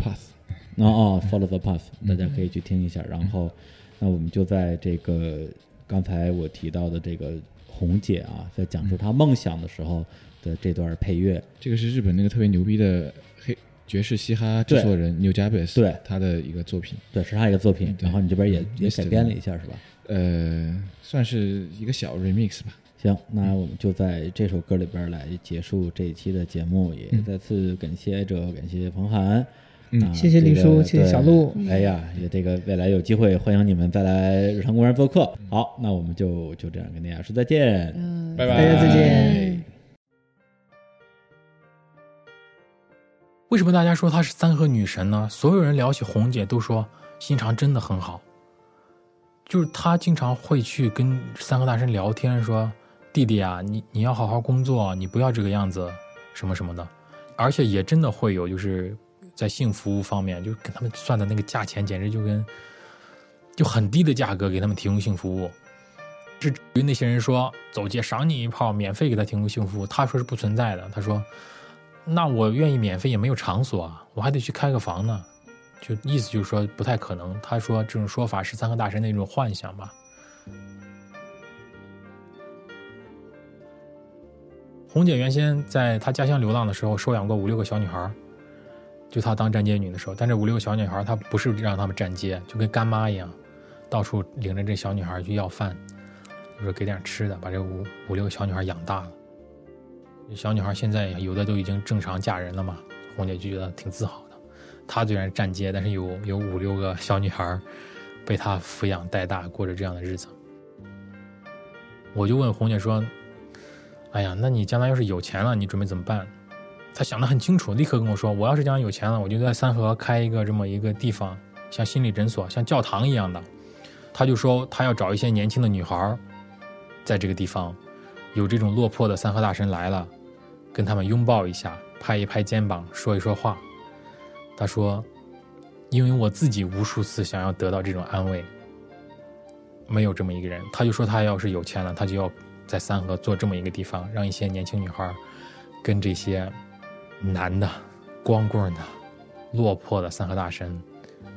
A: 哦哦，Follow the Path，大家可以去听一下。然后，那我们就在这个刚才我提到的这个红姐啊，在讲述她梦想的时候的这段配乐，
E: 这个是日本那个特别牛逼的黑爵士嘻哈制作人 New j a b e s
A: 对
E: 他的一个作品，
A: 对，是她一个作品。然后你这边也也改
E: Yesterday
A: 编了一下，是吧？
E: 呃，算是一个小 remix 吧。
A: 行，那我们就在这首歌里边来结束这一期的节目，也
B: 嗯
A: 再次感谢艾哲，感谢彭涵，
E: 嗯
A: 啊
B: 谢谢李
A: 这个
B: 叔谢谢
A: 对
B: 小鹿
A: 哎呀，也这个未来有机会，欢迎你们再来日常公园做客。好，那我们就就这样跟大家说再见。
D: 嗯，
E: 拜
B: 大
E: 拜，
B: 家再见。
D: 嗯
K: 为什么大家说她是三和女神呢？所有人聊起红姐都说心肠真的很好，就是她经常会去跟三和大神聊天，说弟弟啊，你你要好好工作，你不要这个样子，什么什么的，而且也真的会有就是在性服务方面，就是跟他们算的那个价钱，简直就跟就很低的价格给他们提供性服务，
A: 至于那些人说走街赏你一炮，免费给他提供幸福，他说是不存在的。他说，那我愿意免费也没有场所啊，我还得去开个房呢。就意思就是说不太可能。他说这种说法是三个大神的一种幻想吧。红姐原先在她家乡流浪的时候，收养过五六个小女孩儿，就她当站街女的时候。但这五六个小女孩儿，她不是让她们站街，就跟干妈一样，到处领着这小女孩儿去要饭，就说给点吃的，把这五五六个小女孩儿养大了。这小女孩儿现在有的都已经正常嫁人了嘛，红姐就觉得挺自豪的。她虽然站街，但是有有五六个小女孩儿被她抚养带大，过着这样的日子。我就问红姐说：“哎呀，那你将来要是有钱了，你准备怎么办？他想得很清楚，立刻跟我说，我要是将来有钱了，我就在三河开一个这么一个地方，像心理诊所、像教堂一样的。他就说他要找一些年轻的女孩儿，在这个地方，有这种落魄的三河大神来了，跟他们拥抱一下，拍一拍肩膀，说一说话。他说，因为我自己无数次想要得到这种安慰，没有这么一个人。他就说他要是有钱了，他就要在三河做这么一个地方，让一些年轻女孩儿跟这些男的、光棍的、落魄的三河大神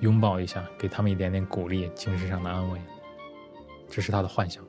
A: 拥抱一下，给他们一点点鼓励、精神上的安慰。这是他的幻想。